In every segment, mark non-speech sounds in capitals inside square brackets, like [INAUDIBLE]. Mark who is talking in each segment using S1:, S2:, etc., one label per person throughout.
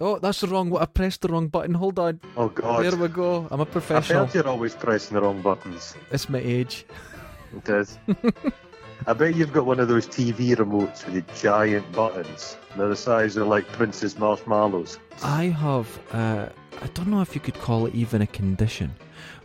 S1: Oh, that's the wrong. I pressed the wrong button. Hold on.
S2: Oh god.
S1: There we go. I'm a
S2: I
S1: professional.
S2: felt you're always pressing the wrong buttons.
S1: It's my age.
S2: It is. I bet you've got one of those TV remotes with the giant buttons. They're the size of like Princess Marshmallows.
S1: I have. Uh, I don't know if you could call it even a condition,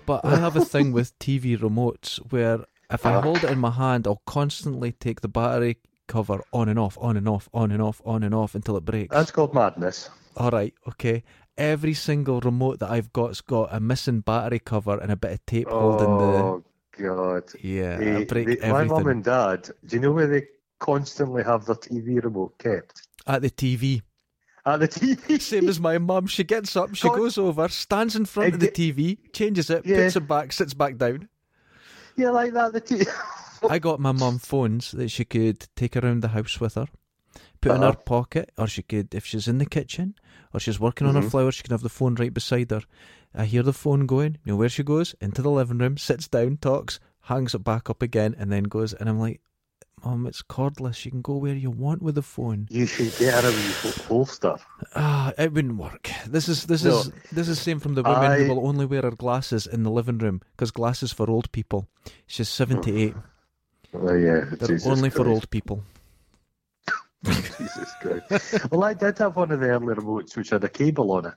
S1: but I
S2: [LAUGHS]
S1: have a thing with TV remotes where if I
S2: Ah.
S1: hold it in my hand, I'll constantly take the battery cover on and off, on and off, on and off, on and off until it breaks.
S2: That's called madness.
S1: All right, okay. Every single remote that I've got's got a missing battery cover and a bit of tape holding the.
S2: Oh god.
S1: Yeah, I
S2: They-
S1: break
S2: they- my
S1: everything
S2: mum and dad, do you know where they constantly have their TV remote kept?
S1: at the TV.
S2: At the
S1: [LAUGHS]
S2: TV.
S1: Same as my mum. She gets up, she
S2: God.
S1: goes over, stands in front of the TV, changes it,
S2: Yeah.
S1: puts it back, sits back down.
S2: [LAUGHS] yeah, like that. The TV.
S1: I got my mum phones that she could take around the house with her, put in her
S2: Uh-huh.
S1: pocket, or she could, if she's in the kitchen or she's working on
S2: Mm-hmm.
S1: her flowers, she can have the phone right beside her. I hear the phone going, you know where she goes? Into the living room, sits down, talks, hangs it back up again, and then goes. And I'm like, Mum, it's cordless. You can go where you want with the phone.
S2: [LAUGHS] you should get her a wee hol- holster.
S1: Ah, it wouldn't work. This is this
S2: No.
S1: is this is same from the women
S2: I-
S1: who will only wear her glasses in the living room because glasses for old people. She's seventy
S2: [LAUGHS]
S1: eight.
S2: Oh yeah,
S1: They're
S2: Jesus
S1: only for
S2: Christ.
S1: old people.
S2: Jesus Christ. well, I did have one of the early remotes which had a cable on it.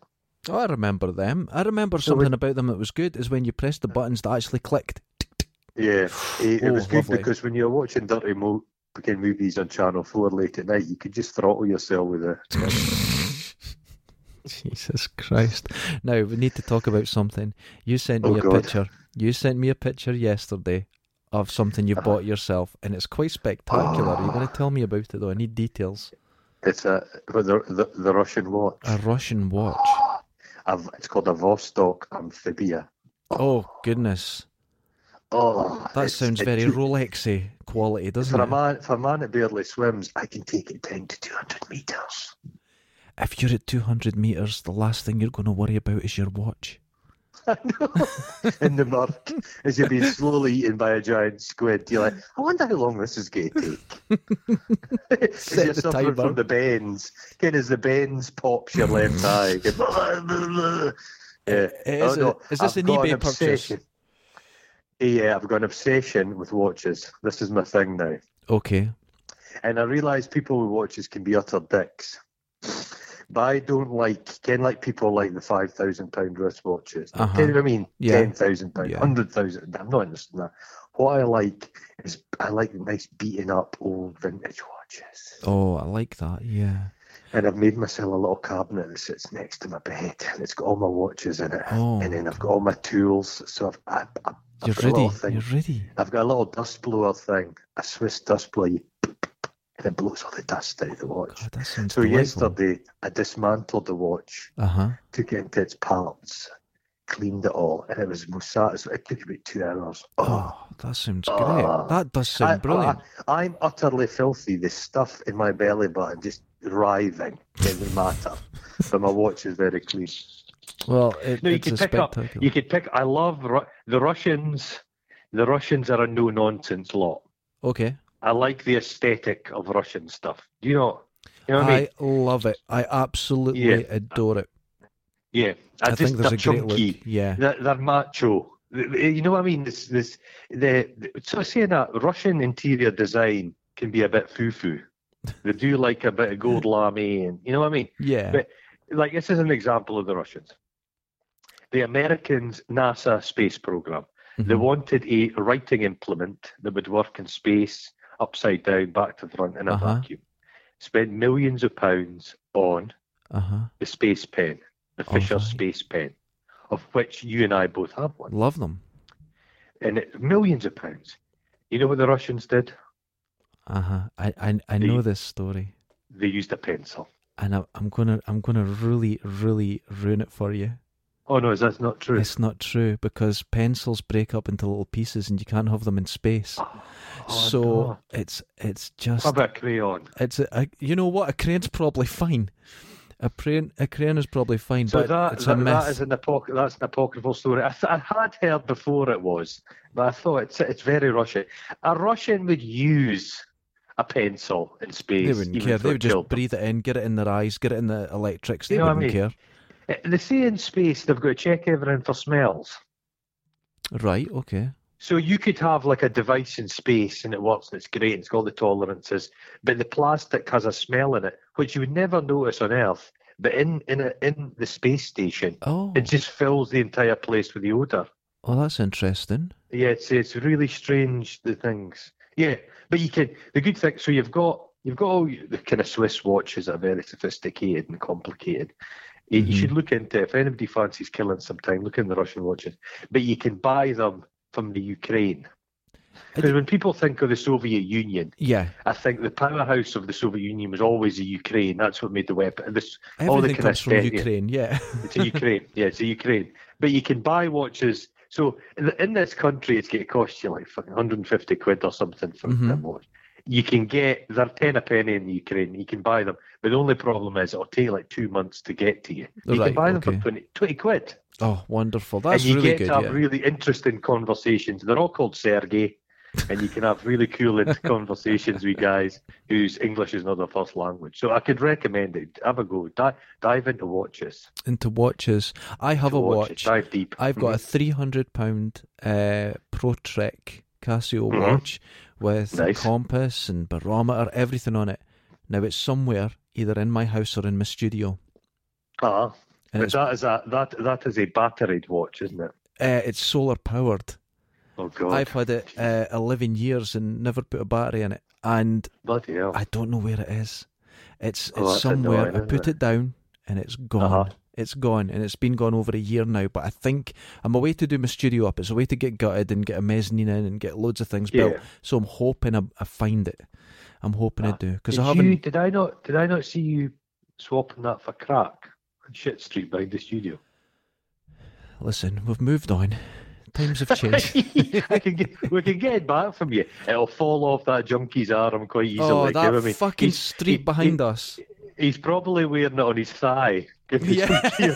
S1: Oh, I remember them. I remember
S2: So
S1: something
S2: when-
S1: about them that was good is when you pressed the buttons that actually
S2: [LAUGHS]
S1: clicked. [SIGHS]
S2: Yeah, it, it
S1: Oh,
S2: was good
S1: lovely.
S2: because when you're watching dirty mo- fucking movies on Channel Four late at night, you could just throttle yourself with a.
S1: Jesus Christ. Now, we need to talk about something. You sent
S2: Oh,
S1: me a
S2: God.
S1: picture. You sent me a picture yesterday of something you bought yourself, and it's quite spectacular.
S2: Ah.
S1: You're going to tell me about it, though. I need details.
S2: It's a but the the, the Russian watch.
S1: A Russian watch.
S2: A v- it's called a Vostok amphibia.
S1: Oh, goodness.
S2: Oh,
S1: That
S2: it's-
S1: sounds
S2: it
S1: very
S2: took-
S1: Rolexy quality, doesn't
S2: For a
S1: it?
S2: man, for a man that barely swims, I can take it down to two hundred meters.
S1: If you're at 200 metres, the last thing you're going to worry about is your watch.
S2: I know. In the murk, as you're being slowly eaten by a giant squid, you're like, I wonder how long this is going to take.
S1: [LAUGHS]
S2: As
S1: Set
S2: you're
S1: the
S2: suffering
S1: timer.
S2: from the bends. Again, as the bends pops your left eye. you- [LAUGHS] yeah.
S1: It is
S2: oh, no.
S1: a- is this
S2: I've
S1: an
S2: got
S1: eBay purchase?
S2: obsession. Yeah, I've got an obsession with watches. This is my thing now.
S1: Okay.
S2: And I realise people with watches can be utter dicks. But I don't like, can like people like the five thousand pound wristwatches.
S1: Uh-huh.
S2: Do you know what I mean?
S1: Yeah.
S2: Ten thousand pound,
S1: Yeah.
S2: hundred thousand. I'm not interested in that. What I like is I like nice beaten up old vintage watches.
S1: Oh, I like that. Yeah.
S2: And I've made myself a little cabinet that sits next to my bed, and it's got all my watches in it.
S1: Oh,
S2: and then I've got all my tools. So I've, I, I, I've
S1: You're
S2: got a
S1: ready.
S2: little thing.
S1: You're ready.
S2: I've got a little dust blower thing, a Swiss dust blower. You, and it blows all the dust out of the watch.
S1: God, that sounds
S2: So
S1: delightful.
S2: yesterday, I dismantled the watch,
S1: Uh huh.
S2: took it into its parts, cleaned it all, and it was the most satisfying. It took about two hours. Oh,
S1: Oh, that sounds
S2: Ah.
S1: great. That does sound brilliant.
S2: I, am utterly filthy. The stuff in my belly button just writhing
S1: [LAUGHS]
S2: doesn't matter. but my watch is very clean.
S1: well, it,
S2: No, you
S1: it's
S2: could
S1: a
S2: pick up.
S1: spectacular.
S2: You could pick. I love Ru- the Russians. The Russians are a no nonsense lot.
S1: Okay.
S2: I like the aesthetic of Russian stuff. Do you know? You know what I, mean?
S1: I love it. I absolutely
S2: Yeah.
S1: adore it.
S2: Yeah,
S1: I,
S2: I, just
S1: think there's
S2: they're
S1: a great
S2: chunky.
S1: look. Yeah.
S2: They're, they're macho. Th- th- You know what I mean? This, this, the, the, so saying that Russian interior design can be a bit foo-foo. They do like a bit
S1: [LAUGHS]
S2: of gold lame, and you know what I mean.
S1: Yeah.
S2: But- Like this is an example of the Russians. The Americans' NASA space program. They
S1: Mhm.
S2: wanted a writing implement that would work in space, upside down, back to front, in a
S1: Uh-huh.
S2: vacuum. Spent millions of pounds on
S1: Uh-huh.
S2: the space pen, the
S1: All
S2: Fisher
S1: right.
S2: space pen, of which you and I both have one
S1: Love them.
S2: and it, millions of pounds. You know what the Russians did?
S1: Uh-huh. I I, I
S2: Do
S1: know
S2: you-
S1: this story.
S2: They used a pencil.
S1: And I, I'm gonna I'm gonna really, really ruin it for you.
S2: Oh no, is that not true?
S1: It's not true because pencils break up into little pieces and you can't have them in space.
S2: Oh,
S1: so
S2: no.
S1: it's it's
S2: how
S1: just
S2: about a crayon?
S1: It's a, a you know what a crane's probably fine. A crane a crane is probably fine,
S2: So
S1: but
S2: that,
S1: it's a
S2: that,
S1: myth.
S2: that is an apoc- that's an apocryphal story. I, th- I had heard before it was, but I thought it's it's very Russian. A Russian would use a pencil in space.
S1: They wouldn't
S2: even
S1: care.
S2: if
S1: They
S2: it
S1: would just
S2: killed them.
S1: breathe it in, get it in their eyes, get it in the electrics. They
S2: You know what I
S1: wouldn't care.
S2: Eh, They say in space they've got to check everything for smells.
S1: Right, okay.
S2: So you could have like a device in space and it works and it's great and it's got all the tolerances, but the plastic has a smell in it which you would never notice on Earth. But in in a, in the space station,
S1: Oh,
S2: it just fills the entire place with the odor.
S1: oh, that's interesting.
S2: Yeah, it's it's really strange the things. Yeah, but you can the good thing. So you've got you've got all the kind of Swiss watches that are very sophisticated and complicated. You, you
S1: Mhm.
S2: should look into it. if anybody fancies killing some time. Look in the Russian watches, but you can buy them from the Ukraine.
S1: I
S2: Because when people think of the Soviet Union,
S1: Yeah,
S2: I think the powerhouse of the Soviet Union was always the Ukraine. That's what made the weapon. This All the
S1: everything
S2: kind
S1: comes
S2: of
S1: from
S2: stuff, yeah.
S1: Ukraine. Yeah.
S2: it's a Ukraine. yeah, it's a Ukraine. But you can buy watches. So in the- in this country, it's going to cost you like fucking 150 quid or something for
S1: Mhm.
S2: that watch. You can get, they're 10 a penny in the Ukraine. You can buy them. But the only problem is it'll take like two months to get to you. You
S1: Right,
S2: can buy them
S1: okay.
S2: for 20, 20 quid.
S1: Oh, wonderful. That's
S2: and you
S1: really
S2: get
S1: good.
S2: to have
S1: yeah.
S2: really interesting conversations. They're all called Sergey, and you can have really
S1: [LAUGHS]
S2: cool int- conversations with guys whose English is not their first language. So I could recommend it. Have a go. Di- dive into watches.
S1: Into watches. I have
S2: To
S1: a
S2: watches.
S1: watch.
S2: Dive deep.
S1: I've got a
S2: Mhm.
S1: three hundred pound uh, Pro Trek Casio
S2: Mhm.
S1: watch with
S2: Nice.
S1: compass and barometer, everything on it. Now it's somewhere either in my house or in my studio,
S2: Ah,
S1: and
S2: but
S1: it's uh,
S2: that is a that that is a batteried watch, isn't it?
S1: it's solar powered.
S2: Oh God,
S1: I've had it uh, eleven years and never put a battery in it, and
S2: bloody hell!
S1: I don't know where it is. It's it's
S2: Oh, that's
S1: somewhere.
S2: annoying,
S1: I
S2: isn't
S1: put it?
S2: it?
S1: down and it's gone.
S2: Uh-huh.
S1: It's gone and it's been gone over a year now. But I think I'm a way to do my studio up. It's a way to get gutted and get a mezzanine in and get loads of things built.
S2: Yeah.
S1: So I'm hoping I, I find it. I'm hoping
S2: Ah,
S1: I do because
S2: Did
S1: I
S2: you-
S1: haven't.
S2: did I not? Did I not see you swapping that for crack on Shit Street behind the studio?
S1: Listen, we've moved on. Times have
S2: [LAUGHS]
S1: changed.
S2: I can get, we can get it back from you. It'll fall off that junkie's arm quite easily.
S1: oh,
S2: give
S1: that
S2: him a-
S1: fucking
S2: he's-
S1: street
S2: he-
S1: behind us.
S2: he- He's probably wearing it on his thigh. [LAUGHS] Give the
S1: Yeah.
S2: junkie a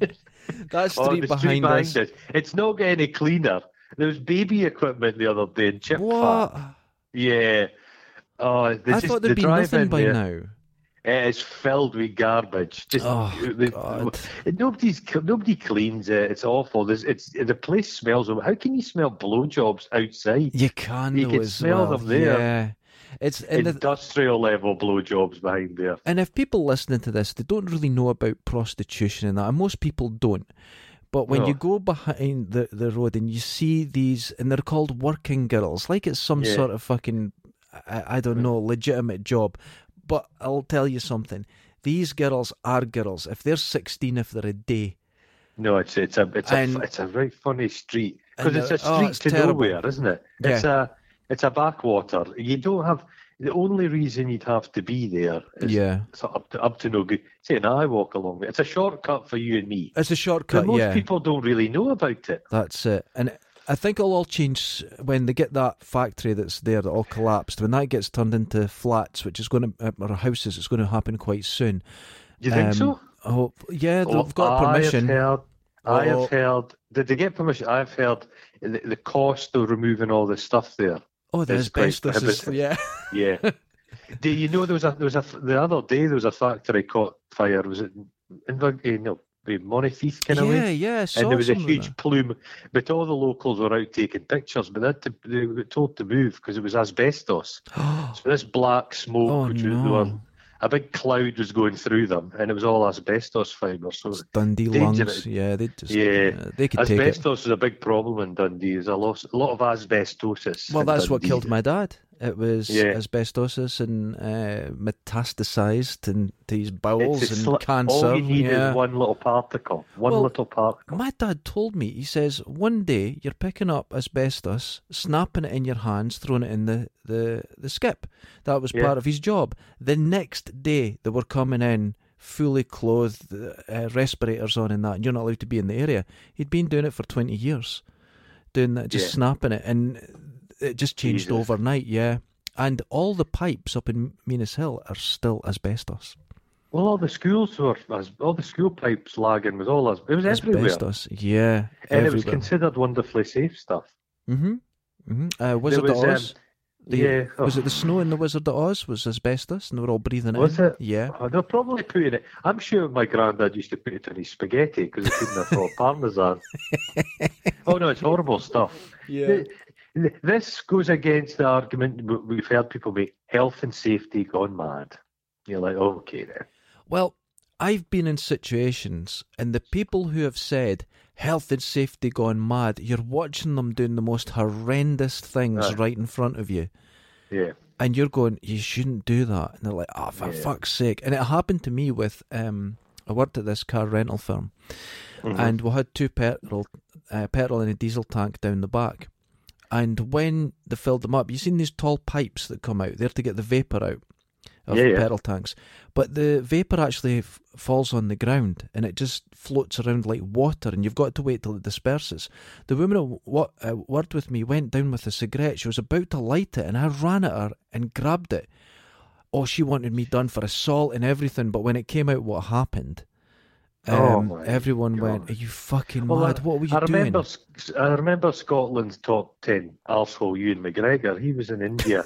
S1: [LAUGHS]
S2: turn.
S1: That street,
S2: Or Oh, the
S1: behind, us.
S2: It's not getting any cleaner. There was baby equipment the other day in Chip
S1: What?
S2: Yeah. Oh, they
S1: I
S2: just-
S1: thought
S2: the
S1: there'd be
S2: drive-in
S1: nothing by
S2: there,
S1: now.
S2: It is filled with garbage. Just
S1: Oh,
S2: the-
S1: God.
S2: Nobody's nobody cleans it. It's awful. There's, it's the place smells. of- How can you smell blowjobs outside?
S1: You can
S2: You
S1: though
S2: can
S1: as
S2: smell
S1: well.
S2: them there.
S1: Yeah. It's and, the,
S2: industrial level blowjobs behind there.
S1: and if people listening to this, they don't really know about prostitution and that, and most people don't. But when
S2: No.
S1: you go behind the, the road and you see these, and they're called working girls, like it's some
S2: Yeah.
S1: sort of fucking, I, I don't know, legitimate job. But I'll tell you something: these girls are girls. If they're sixteen, if they're a day,
S2: No, it's it's a it's a
S1: And-
S2: it's a very funny street because
S1: And
S2: it's
S1: the-
S2: a
S1: oh,
S2: street
S1: it's
S2: to
S1: terrible.
S2: nowhere, isn't it? It's a it's a backwater. You don't have the only reason you'd have to be there is
S1: yeah,
S2: sort of up to up to no good. Say, and I walk along. it. It's a shortcut for you and me.
S1: it's a
S2: But
S1: shortcut.
S2: most
S1: Yeah,
S2: people don't really know about it.
S1: That's it. And I think it'll all change when they get that factory that's there that all collapsed. When that gets turned into flats, which is going to or houses, it's going to happen quite soon.
S2: Do you think
S1: Um,
S2: so?
S1: Oh yeah, they've
S2: Oh,
S1: got permission.
S2: I have heard. I
S1: Oh.
S2: have heard. Did they get permission? I've heard the, the cost of removing all the stuff there.
S1: oh, there's
S2: it's quite
S1: best. This is yeah.
S2: prohibitive.
S1: [LAUGHS]
S2: Yeah. Do you know there was a there was a the other day there was a factory caught fire? Was it Inver eh, no eh, Monteith kind of
S1: yeah,
S2: way?
S1: yeah. I saw
S2: And there was a
S1: something like
S2: huge [GASPS] plume, but all the locals were out taking pictures. But they, had to, they were told to move because it was asbestos.
S1: that.
S2: So this black smoke,
S1: Oh
S2: which was, they were,
S1: no,
S2: a big cloud was going through them, and it was all asbestos fibres. So
S1: it's Dundee lungs.
S2: dangerous.
S1: Yeah, they just
S2: Yeah.
S1: they could take it.
S2: asbestos is a big problem in Dundee. There's a lot, a lot of asbestosis.
S1: Well,
S2: in
S1: that's what
S2: Dundee.
S1: killed my dad. It was
S2: Yeah.
S1: asbestosis and uh, metastasized into his bowels
S2: It's a
S1: and
S2: sli-
S1: cancer.
S2: All you need
S1: yeah.
S2: is one little particle, one
S1: Well,
S2: little particle.
S1: My dad told me, he says, one day you're picking up asbestos, snapping it in your hands, throwing it in the, the, the skip. That was
S2: Yeah.
S1: part of his job. The next day they were coming in fully clothed, uh, respirators on and that, and you're not allowed to be in the area. He'd been doing it for 20 years, doing that, just
S2: Yeah.
S1: snapping it, and it just changed
S2: Jesus.
S1: overnight, yeah. And all the pipes up in Minas Hill are still asbestos.
S2: Well, all the schools were, as- all the school pipes lagging was all as it was everywhere,
S1: Asbestos, yeah.
S2: and it was
S1: everywhere.
S2: considered wonderfully safe stuff.
S1: Mm-hmm. Mm-hmm. Uh,
S2: There
S1: Wizard of
S2: um,
S1: Oz. The-
S2: yeah.
S1: Was it the snow in the Wizard of Oz was asbestos, and they were all breathing
S2: Was
S1: in?
S2: it?
S1: Yeah.
S2: Oh, they're probably putting it. I'm sure my granddad used to put it in his spaghetti because he couldn't afford
S1: [LAUGHS]
S2: parmesan. oh no, it's horrible stuff. Th- th- This goes against the argument w- we've heard people make: health and safety gone mad. You're like, okay then.
S1: Well, I've been in situations, and the people who have said health and safety gone mad, you're watching them doing the most horrendous things
S2: Aye.
S1: right in front of you,
S2: Yeah,
S1: and you're going, you shouldn't do that. And they're like, oh, for
S2: Yeah.
S1: fuck's sake. And it happened to me with, um, I worked at this car rental firm,
S2: Mhm.
S1: and we had two petrol, uh, petrol and a diesel tank down the back. And when they filled them up, you've seen these tall pipes that come out. They're to get the vapor out of
S2: Yeah, yeah.
S1: petrol tanks. But the vapor actually f- falls on the ground and it just floats around like water, and you've got to wait till it disperses. The woman who wa- uh, worked with me went down with a cigarette. She was about to light it, and I ran at her and grabbed it. Oh, she wanted me done for assault and everything, but when it came out, what happened?
S2: Oh
S1: Um,
S2: my
S1: everyone went,
S2: God.
S1: "Are you fucking
S2: Well,
S1: mad? what were you
S2: I
S1: doing?"
S2: remember, Sc- I remember Scotland's top ten arsehole, Ewan McGregor. He was in
S1: [LAUGHS]
S2: India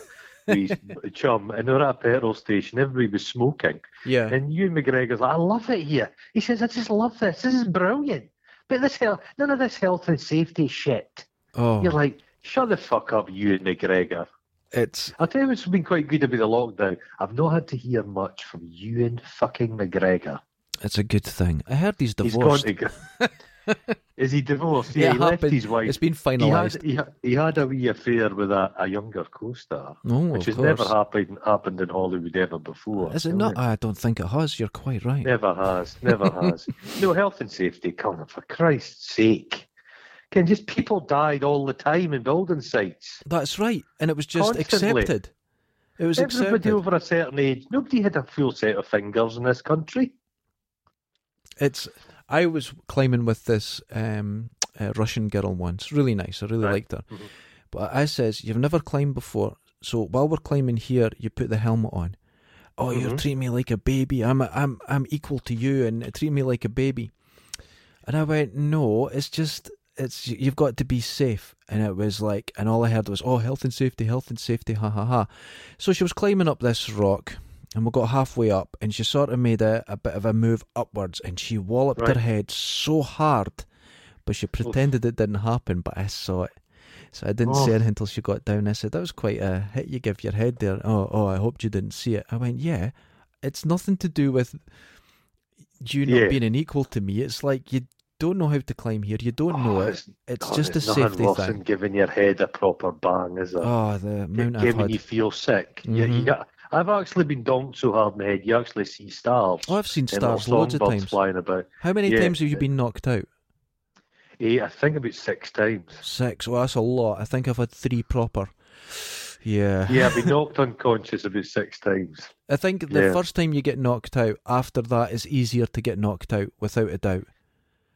S2: with his chum, and they were at a petrol station. Everybody was smoking,
S1: Yeah,
S2: and Ewan McGregor's like, "I love it here." He says, "I just love this. This is brilliant." But this hell, none of this health and safety shit.
S1: Oh,
S2: You're like, shut the fuck up, Ewan McGregor.
S1: it's
S2: I tell you, what's been quite good about the lockdown. I've not had to hear much from Ewan fucking McGregor.
S1: it's a good thing. I heard he's
S2: He's gone
S1: divorced.
S2: to. gr- [LAUGHS] Is he divorced? Yeah,
S1: [LAUGHS] Yeah, it
S2: he left
S1: happened.
S2: his wife.
S1: It's been
S2: He
S1: finalised.
S2: had, he, ha- he had a wee affair with a, a younger co-star,
S1: No,
S2: which
S1: Oh, of
S2: has
S1: course.
S2: never happened happened in Hollywood ever before.
S1: Is it
S2: you
S1: not?
S2: know?
S1: I don't think it has. You're quite right.
S2: Never has, never has. No health and safety, come on, for Christ's sake! Can just people died all the time in building sites.
S1: That's right, and it was just
S2: Constantly.
S1: accepted. It was
S2: Everybody
S1: accepted.
S2: over a certain age, nobody had a full set of fingers in this country.
S1: It's. I was climbing with this um, uh, Russian girl once. Really nice. I really
S2: Right.
S1: liked her.
S2: Mhm.
S1: But I says, "You've never climbed before, so while we're climbing here, you put the helmet on." Oh, you're
S2: Mhm.
S1: treating me like a baby. I'm a, I'm I'm equal to you, and treat me like a baby. And I went, "No, it's just." It's you've got to be safe, and it was like, and all I heard was, "Oh, health and safety, health and safety, ha ha ha." So she was climbing up this rock, and we got halfway up, and she sort of made a, a bit of a move upwards, and she walloped
S2: Right.
S1: her head so hard, but she pretended it didn't happen, but I saw it. So I didn't say
S2: Oh.
S1: anything until she got down. I said, That was quite a hit you give your head there. Oh, oh, I hoped you didn't see it. I went, Yeah, it's nothing to do with you not
S2: Yeah.
S1: being an equal to me. It's like you don't know how to climb here. You don't know
S2: Oh,
S1: it.
S2: it's-
S1: It's
S2: oh,
S1: just a
S2: there's nothing
S1: safety
S2: worse
S1: thing.
S2: than giving your head a proper bang, is there?
S1: Oh, the
S2: It
S1: amount I've
S2: Giving you
S1: had.
S2: feel sick. Yeah,
S1: Mhm.
S2: yeah. I've actually been donked so hard in the head, you actually see stars.
S1: Oh, I've seen
S2: and little
S1: stars loads of
S2: songbirds
S1: times.
S2: flying about.
S1: How many
S2: Yeah.
S1: times have you been knocked out?
S2: Eh, I think about six times.
S1: Six. Well, that's a lot. I think I've had three proper. [SIGHS] Yeah.
S2: Yeah, I've been knocked unconscious about six times.
S1: I think the
S2: Yeah.
S1: first time you get knocked out, after that, it's easier to get knocked out, without a doubt.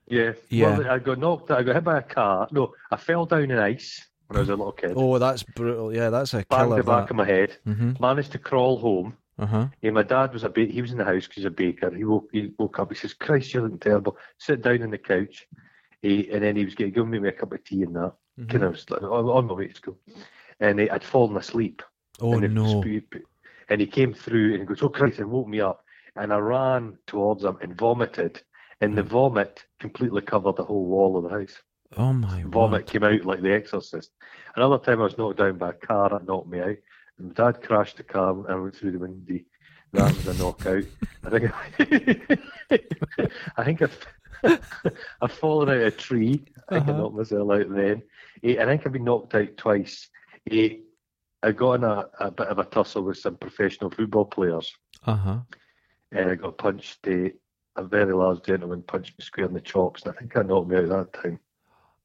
S2: Yeah.
S1: Yeah.
S2: Well, I got knocked. I got hit by a car. No, I fell down in ice when I was a little kid.
S1: Oh, that's brutal. Yeah, that's a
S2: Banged
S1: killer.
S2: the back
S1: That.
S2: of my head.
S1: Mm-hmm.
S2: Managed to crawl home.
S1: Uh huh.
S2: Yeah, my dad was a ba- he was in the house because he's a baker. He woke he woke up. He says, "Christ, you're looking terrible." Sit down on the couch, he, and then he was getting giving me a cup of tea and that.
S1: Mm-hmm.
S2: Kind of was like, on, on my way to school, and he, I'd fallen asleep.
S1: Oh
S2: and he
S1: no.
S2: sp- And he came through and he goes, "Oh Christ!" and woke me up, and I ran towards him and vomited, and
S1: Mm.
S2: the vomit completely covered the whole wall of the house.
S1: Oh my.
S2: Vomit
S1: word.
S2: came out like The Exorcist. Another time I was knocked down by a car that knocked me out. And my dad crashed the car and I went through the windy. That was a knockout. I think I, [LAUGHS] think I've, [LAUGHS] I've fallen out of a tree. I think
S1: Uh-huh.
S2: I knocked myself out then. Eh, I think I've been knocked out twice. Eh, I got in a, a bit of a tussle with some professional football players
S1: Uh huh.
S2: and I got punched. eh, a very large gentleman punched me square in the chops and I think I knocked me out that time.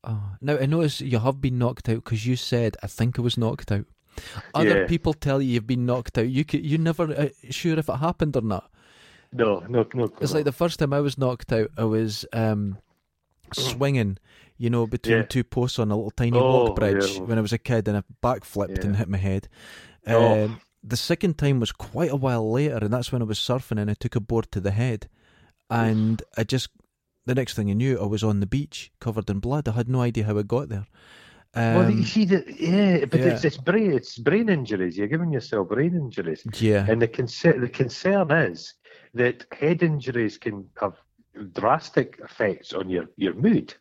S1: Oh. Now I notice you have been knocked out because you said I think I was knocked out. Other
S2: Yeah.
S1: people tell you you've been knocked out. You c you never uh, sure if it happened or not.
S2: No, no, no.
S1: It's like the first time I was knocked out, I was um, swinging, you know, between
S2: Yeah.
S1: two posts on a little tiny
S2: Oh,
S1: log bridge
S2: yeah.
S1: when I was a kid, and I backflipped and
S2: Yeah.
S1: hit my head.
S2: Oh.
S1: Um, The second time was quite a while later, and that's when I was surfing, and I took a board to the head, and I just the next thing I knew, I was on the beach covered in blood. I had no idea how I got there. Um,
S2: well, you see that, yeah, but
S1: yeah.
S2: it's it's brain, it's brain injuries. You're giving yourself brain injuries,
S1: yeah,
S2: and the concern the concern is that head injuries can have drastic effects on your your mood.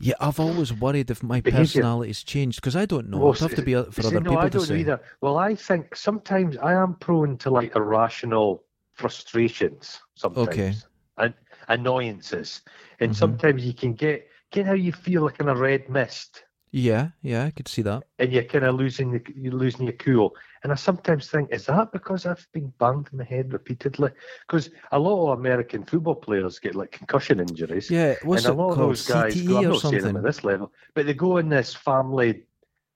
S1: yeah. I've always worried if my
S2: Behaviour.
S1: personality's changed because I don't know.
S2: Well,
S1: It'd have to
S2: s-
S1: be uh, for
S2: see,
S1: other
S2: no,
S1: people
S2: I
S1: to
S2: don't
S1: say.
S2: either. Well, I think sometimes I am prone to like irrational frustrations. Sometimes, and annoyances, and
S1: Mhm.
S2: sometimes you can get get how you feel like in a red mist.
S1: Yeah, yeah, I could see that.
S2: and you're kind of losing the, you're losing your cool. And I sometimes think, is that because I've been banged in the head repeatedly? Because a lot of American football players get like concussion injuries.
S1: Yeah, what's
S2: and
S1: it
S2: a lot
S1: called?
S2: of those guys
S1: CTE
S2: go, I'm
S1: or
S2: not saying them at
S1: something?
S2: this level, but they go on this family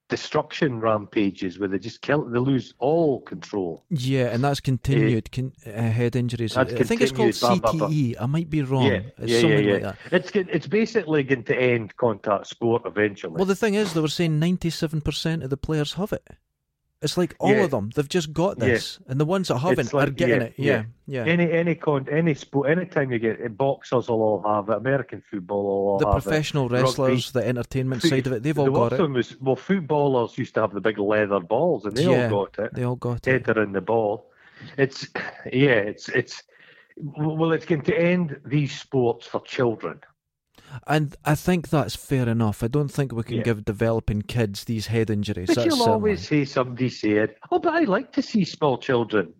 S2: destruction rampages where they just kill, they lose all control.
S1: Yeah, and that's continued con- uh, head injuries.
S2: That's
S1: I think it's called
S2: continued, blah, blah, blah.
S1: CTE. I might be wrong.
S2: Yeah,
S1: it's
S2: yeah, yeah,
S1: something
S2: yeah.
S1: like that.
S2: It's get- it's basically going to end contact sport eventually.
S1: Well, the thing is, they were saying 97% of the players have it. It's like all
S2: Yeah.
S1: of them. They've just got
S2: Yeah.
S1: this. And the ones that haven't are
S2: like-
S1: getting
S2: yeah,
S1: it. Yeah, yeah.
S2: any any con any sport any time you get it, boxers will all have it. American football will all
S1: the
S2: have it.
S1: professional wrestlers, the entertainment
S2: Foot-
S1: side of it, they've all
S2: the
S1: got
S2: other
S1: it.
S2: one Was, well, footballers used to have the big leather balls, and they
S1: Yeah.
S2: all got it.
S1: They all got it.
S2: Header in the ball. It's yeah, it's it's well, it's going to end these sports for children.
S1: And I think that's fair enough. I don't think we can
S2: Yeah.
S1: give developing kids these head injuries.
S2: But
S1: that's
S2: you'll
S1: certainly-
S2: always hear somebody saying, "Oh, but I like to see small children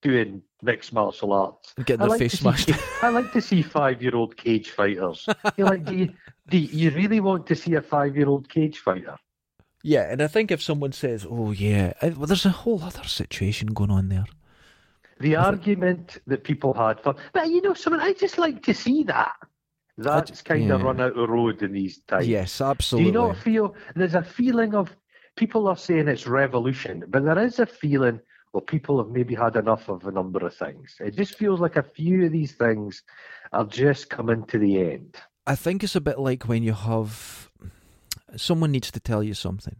S2: doing mixed martial arts."
S1: Getting
S2: I
S1: their
S2: like
S1: face
S2: to see
S1: smashed.
S2: ca- [LAUGHS] I like to see five-year-old cage fighters. You're like, do you, do you really want to see a five-year-old cage fighter?
S1: Yeah, and I think if someone says, "Oh yeah," I, well, there's a whole other situation going on there.
S2: The argument that people had for, but you know, something I just like to see that.
S1: I'd-
S2: That's kind of
S1: yeah.
S2: run out the road in these times.
S1: Yes,
S2: Do
S1: absolutely.
S2: you not feel there's a feeling of people are saying it's revolution, but there is a feeling well, people have maybe had enough of a number of things. It just feels like a few of these things are just coming to the end.
S1: I think it's a bit like when you have someone needs to tell you something,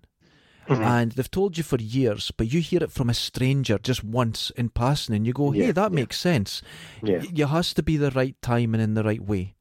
S2: Mm-hmm.
S1: and they've told you for years, but you hear it from a stranger just once in passing, and you go, "Hey,
S2: Yeah,
S1: that
S2: yeah.
S1: makes sense."
S2: Yeah.
S1: It has to be the right time and in the right way.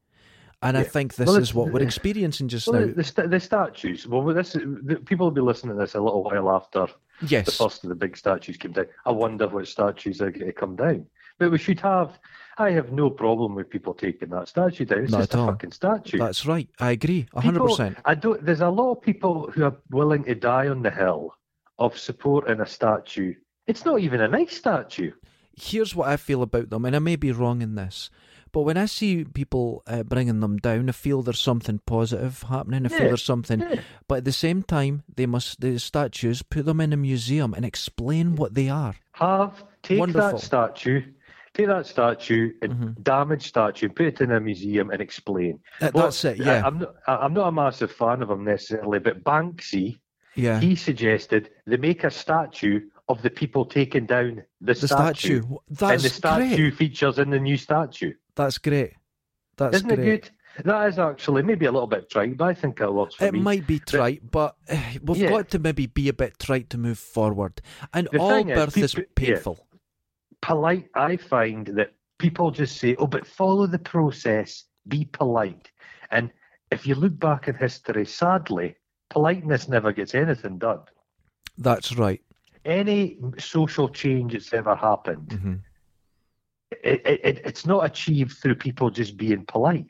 S1: And I
S2: Yeah.
S1: think this
S2: Well,
S1: is
S2: it's-
S1: what we're experiencing just
S2: Well,
S1: now.
S2: the, the, sta- the statues. Well, this is- the, people will be listening to this a little while after the
S1: yes,
S2: first of the big statues came down. I wonder what statues are going to come down. But we should have. I have no problem with people taking that statue down. It's
S1: Not
S2: just
S1: at
S2: a
S1: all.
S2: fucking statue.
S1: that's right. I agree, hundred
S2: People-
S1: percent.
S2: I don't. There's a lot of people who are willing to die on the hill of supporting a statue. It's not even a nice statue.
S1: here's what I feel about them, and I may be wrong in this, but when I see people uh, bringing them down, I feel there's something positive happening. I feel
S2: Yeah,
S1: there's something,
S2: yeah.
S1: but at the same time, they must the statues put them in a museum and explain what they are.
S2: Have take
S1: Wonderful. Mm-hmm.
S2: that statue, take that statue and damage statue, put it in a museum and explain.
S1: That- that's it,
S2: I-
S1: yeah.
S2: I'm not. I- I'm not a massive fan of him necessarily, but Banksy,
S1: Yeah,
S2: he suggested they make a statue of the people taking down the,
S1: the statue. Wh-
S2: and
S1: That's
S2: the statue
S1: great.
S2: features in the new statue.
S1: That's great. That's
S2: Isn't
S1: great.
S2: it good? That is actually maybe a little bit trite, but I think it works for
S1: It
S2: me.
S1: might be trite, but eh, we've
S2: Yeah.
S1: got to maybe be a bit trite to move forward. And
S2: The
S1: all
S2: thing is,
S1: birth is
S2: people- yeah.
S1: painful.
S2: Polite, I find that people just say, "Oh, but follow the process, be polite." And if you look back in history, sadly, politeness never gets anything done.
S1: That's right.
S2: Any social change that's ever happened,
S1: hmm
S2: it, it, it- it's not achieved through people just being polite.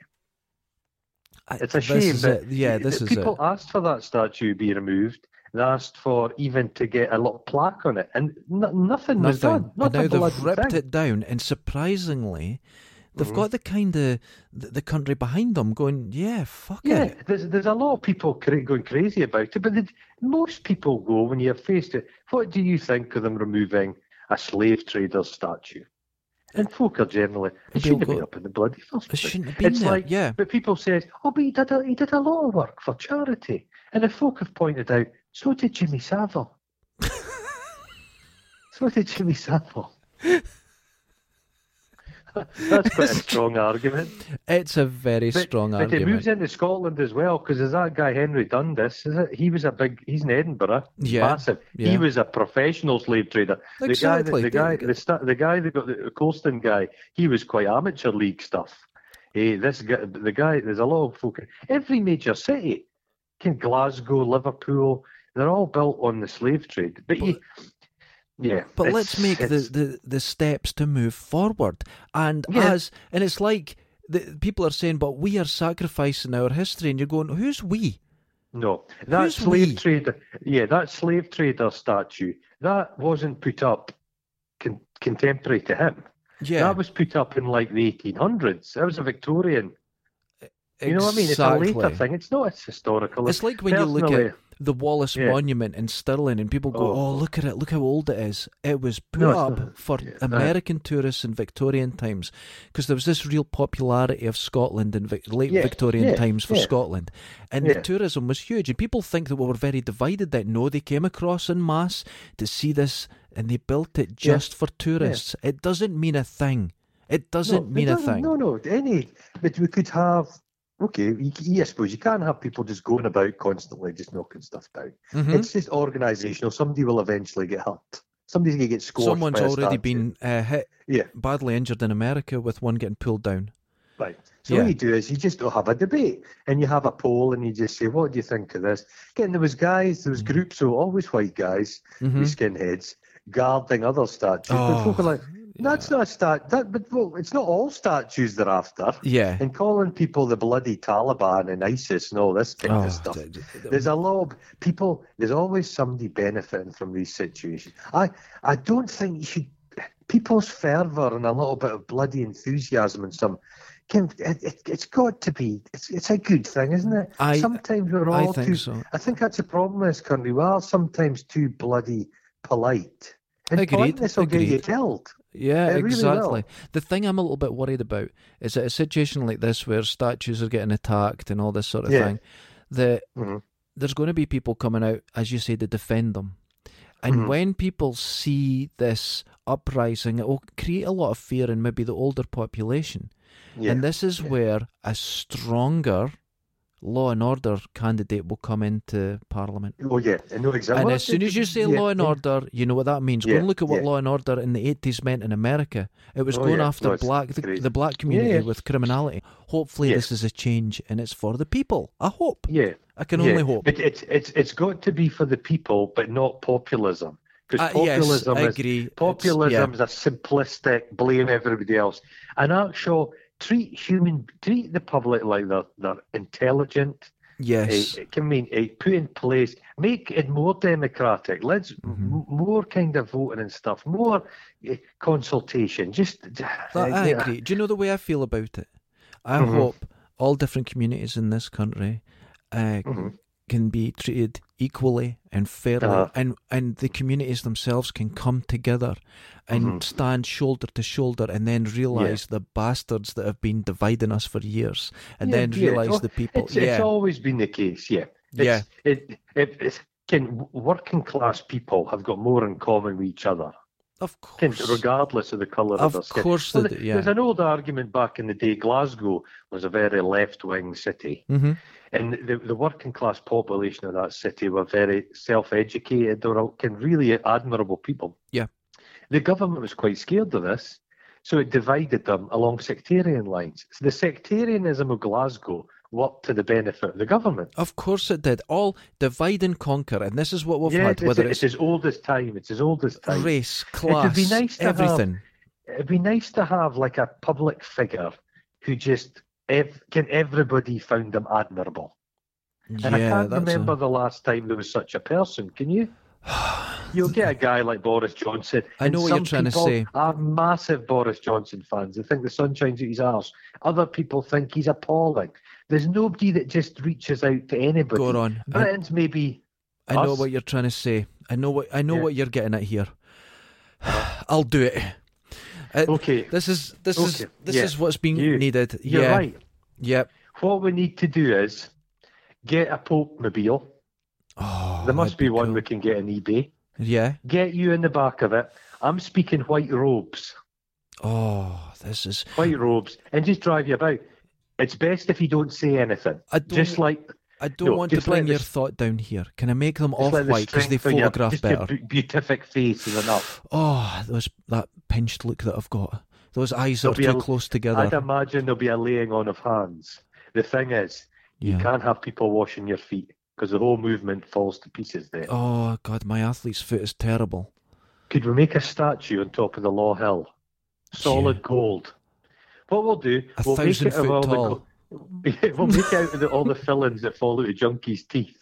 S2: It's a
S1: this
S2: shame.
S1: Is
S2: that
S1: it. Yeah, this is
S2: that people
S1: it.
S2: asked for that statue to be removed. They asked for even to get a little plaque on it, and no, nothing, was
S1: Nothing.
S2: done.
S1: and
S2: Not
S1: now
S2: a bloody
S1: they've ripped
S2: thing.
S1: it down, and surprisingly, they've
S2: Mm-hmm.
S1: got the kind of the, the country behind them going, yeah, fuck
S2: Yeah,
S1: it.
S2: there's there's a lot of people cra- going crazy about it, but the, most people go when you're faced with what do you think of them removing a slave trader statue? And folk are generally it
S1: They'll
S2: shouldn't have been
S1: go-
S2: up in the bloody first
S1: It
S2: place.
S1: shouldn't have been
S2: it's
S1: there.
S2: like
S1: yeah,
S2: but people say, oh, but he did a, he did a lot of work for charity, and the folk have pointed out so did
S1: [LAUGHS]
S2: Jimmy Savile. so did Jimmy Savile. [LAUGHS] That's quite a strong argument.
S1: it's a very strong
S2: But it
S1: argument.
S2: moves into Scotland as well because there's that guy Henry Dundas. Is it? He was a big. He's in Edinburgh.
S1: Yeah,
S2: massive.
S1: yeah.
S2: He was a professional slave trader.
S1: Exactly.
S2: The guy, that, the guy, the, sta- the guy that got the Colston guy. He was quite amateur league stuff. Eh, this guy, the guy. There's a lot of folk. Every major city fucking Glasgow, Liverpool, they're all built on the slave trade. But, you, yeah,
S1: But
S2: it's-
S1: let's make the,
S2: it's-
S1: the, the steps to move forward. And
S2: Yeah.
S1: as and it's like the, people are saying, but we are sacrificing our history, and you're going, who's we?
S2: No, that
S1: Who's
S2: slave
S1: we?
S2: trader, yeah, that slave trader statue, that wasn't put up con- contemporary to him.
S1: Yeah,
S2: That was put up in like the 1800s. That was a Victorian. You know what I mean? It's a
S1: exactly.
S2: later thing. It's not as historical.
S1: It's like when you look at
S2: personally-
S1: the Wallace
S2: Yeah.
S1: Monument in Stirling, and people go,
S2: Oh.
S1: "Oh, look at it! Look how old it is!" It was put
S2: No, it's
S1: up
S2: not.
S1: for
S2: Yeah, that-
S1: American tourists in Victorian times because there was this real popularity of Scotland in Vic- late
S2: Yeah,
S1: Victorian
S2: yeah,
S1: times for
S2: yeah.
S1: Scotland, and the
S2: Yeah.
S1: tourism was huge. And people think that we were very divided. That no, they came across in mass to see this, and they built it just for tourists. It doesn't mean a thing. It doesn't
S2: it
S1: mean a
S2: doesn't-
S1: thing.
S2: No, no, any. But we could have. Okay, you, c- yeah, I suppose you can't have people just going about constantly just knocking stuff down.
S1: Mhm.
S2: It's just organisational. Somebody will eventually get hurt. Somebody's gonna get squashed.
S1: Someone's
S2: by a
S1: already
S2: statue.
S1: been uh, hit
S2: Yeah.
S1: badly injured in America with one getting pulled down.
S2: Right. So
S1: Yeah.
S2: what you do is you just don't have a debate and you have a poll and you just say, What do you think of this? Again, there was guys, there was
S1: Mm-hmm.
S2: groups who were always white guys,
S1: Mhm.
S2: these skinheads, guarding other statues.
S1: Oh,
S2: but folk are like, That's not a stat that but well, it's not all statues they're after.
S1: Yeah.
S2: And calling people the bloody Taliban and ISIS and all this kind
S1: Oh,
S2: of stuff.
S1: d- d- d-
S2: There's a lot of people. There's always somebody benefiting from these situations. I I don't think you should. People's fervour and a little bit of bloody enthusiasm and some. Can, it, it, it's got to be. It's, it's a good thing, isn't it?
S1: I-
S2: sometimes we're
S1: I
S2: all
S1: think
S2: too.
S1: so.
S2: I think that's a problem in this country. We are sometimes too bloody polite. And
S1: Agreed,
S2: Politeness will get you
S1: agreed.
S2: killed.
S1: Yeah,
S2: It really
S1: exactly.
S2: will.
S1: The thing I'm a little bit worried about is that a situation like this where statues are getting attacked and all this sort of
S2: Yeah.
S1: thing, that
S2: Mhm.
S1: there's going to be people coming out, as you say, to defend them. And
S2: Mhm.
S1: when people see this uprising, it will create a lot of fear in maybe the older population.
S2: Yeah.
S1: And this is where a stronger law and order candidate will come into parliament.
S2: oh yeah. I know exactly.
S1: And
S2: Well,
S1: as soon as you say
S2: yeah,
S1: law and order, you know what that means. Go
S2: Yeah,
S1: and look at what
S2: yeah.
S1: law and order in the eighties meant in America. It was
S2: Oh,
S1: going
S2: yeah,
S1: after
S2: no, it's
S1: black the,
S2: crazy.
S1: the black community
S2: yeah.
S1: with criminality. Hopefully,
S2: Yeah.
S1: this is a change, and it's for the people. I hope.
S2: Yeah.
S1: I can
S2: Yeah,
S1: only hope.
S2: But it's it's it's got to be for the people, but not populism. Because
S1: Uh, yes,
S2: populism
S1: I
S2: is
S1: agree. It's-
S2: populism is a simplistic blame everybody else. And actual treat human treat the public like they're they're intelligent.
S1: yeah.
S2: eh,
S1: Yes.
S2: It can mean eh, put in place, make it more democratic. Let's
S1: Mm-hmm.
S2: m- more kind of voting and stuff, more eh, consultation. Just
S1: But I
S2: eh, yeah.
S1: agree. Do you know the way I feel about it? I
S2: Mhm.
S1: hope all different communities in this country uh,
S2: Mhm.
S1: can be treated equally and fairly,
S2: Uh-huh.
S1: and and the communities themselves can come together and
S2: Mm-hmm.
S1: stand shoulder to shoulder, and then realize the bastards that have been dividing us for years, and
S2: Yeah,
S1: then
S2: yeah,
S1: realize
S2: oh,
S1: the people.
S2: It's,
S1: yeah,
S2: it's always been the case. Yeah. It's,
S1: Yeah.
S2: It, it, it's, can working class people have got more in common with each other,
S1: of
S2: can,
S1: course.
S2: regardless of the colour of,
S1: Of
S2: their skin.
S1: course
S2: Well,
S1: they do, yeah.
S2: There's an old argument back in the day. Glasgow was a very left-wing city,
S1: hmm
S2: and the, the working class population of that city were very self-educated. They were all- can really admirable people.
S1: Yeah.
S2: The government was quite scared of this, so it divided them along sectarian lines. So the sectarianism of Glasgow worked to the benefit of the government.
S1: Of course it did. All divide and conquer, and this is what we've
S2: yeah,
S1: had.
S2: it's,
S1: Whether
S2: it's
S1: it's,
S2: as old as time. It's as old as time.
S1: race,
S2: be
S1: class,
S2: nice to have-
S1: everything.
S2: It'd be nice to have like a public figure who just ev- can everybody found them admirable. And I
S1: yeah,
S2: can't
S1: that's a-
S2: remember the last time there was such a person.
S1: [SIGHS]
S2: Can you? You'll get a guy like Boris Johnson.
S1: I know
S2: and
S1: what you're
S2: some
S1: trying to
S2: people
S1: say.
S2: Are massive Boris Johnson fans. They think the sun shines out his arse. Other people think he's appalling. There's nobody that just reaches out to anybody.
S1: Go on. I-
S2: Britain's maybe
S1: I know
S2: us.
S1: what you're trying to say. I know what I know
S2: Yeah.
S1: what you're getting at here. [SIGHS] I'll do it. Uh,
S2: okay.
S1: This is this is
S2: Okay.
S1: this
S2: Yeah.
S1: is what's being
S2: You-
S1: needed.
S2: You're
S1: yeah.
S2: right.
S1: Yep.
S2: What we need to do is get a Pope mobile.
S1: Oh,
S2: There must
S1: that'd
S2: be, one
S1: cool.
S2: we can get on eBay.
S1: Yeah.
S2: Get you in the back of it. I'm speaking white robes,
S1: Oh, this is.
S2: white robes, and just drive you about. It's best if you don't say anything.
S1: I don't-
S2: just like
S1: I don't
S2: No,
S1: want to
S2: just let
S1: bring your
S2: this-
S1: thought down here. Can I make them
S2: just
S1: off
S2: like the
S1: white because they
S2: strength of your-
S1: photograph
S2: just
S1: better?
S2: Your bu- beatific face is enough.
S1: Oh, those that pinched look that I've got. Those eyes that
S2: There'll
S1: are too
S2: be a-
S1: close
S2: I'd
S1: together.
S2: imagine there'll be a laying on of hands. The thing is, you
S1: Yeah.
S2: can't have people washing your feet because the whole movement falls to pieces then.
S1: Oh God, my athlete's foot is terrible.
S2: Could we make a statue on top of the Law Hill? Solid
S1: Yeah.
S2: gold. What we'll do,
S1: A
S2: we'll make
S1: thousand
S2: it of
S1: foot
S2: all
S1: tall.
S2: the. go- [LAUGHS] we'll make out the, all the fillings that fall out of junkies' teeth,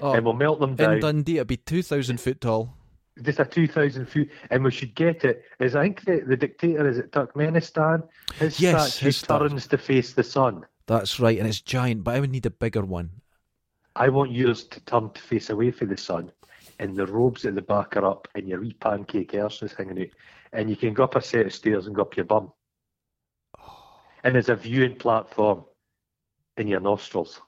S1: Oh,
S2: and we'll melt them
S1: in
S2: down.
S1: Dundee, it'd be two thousand foot tall.
S2: Just a two thousand feet, and we should get it. Is I think the, the dictator is it Turkmenistan? His
S1: Yes,
S2: statue
S1: his statue.
S2: turns to face the sun.
S1: That's right, and it's giant, but I would need a bigger one.
S2: I want yours to turn to face away from the sun, and the robes at the back are up, and your wee pancake arse is hanging out, and you can go up a set of stairs and go up your bum.
S1: Oh.
S2: And there's a viewing platform in your nostrils.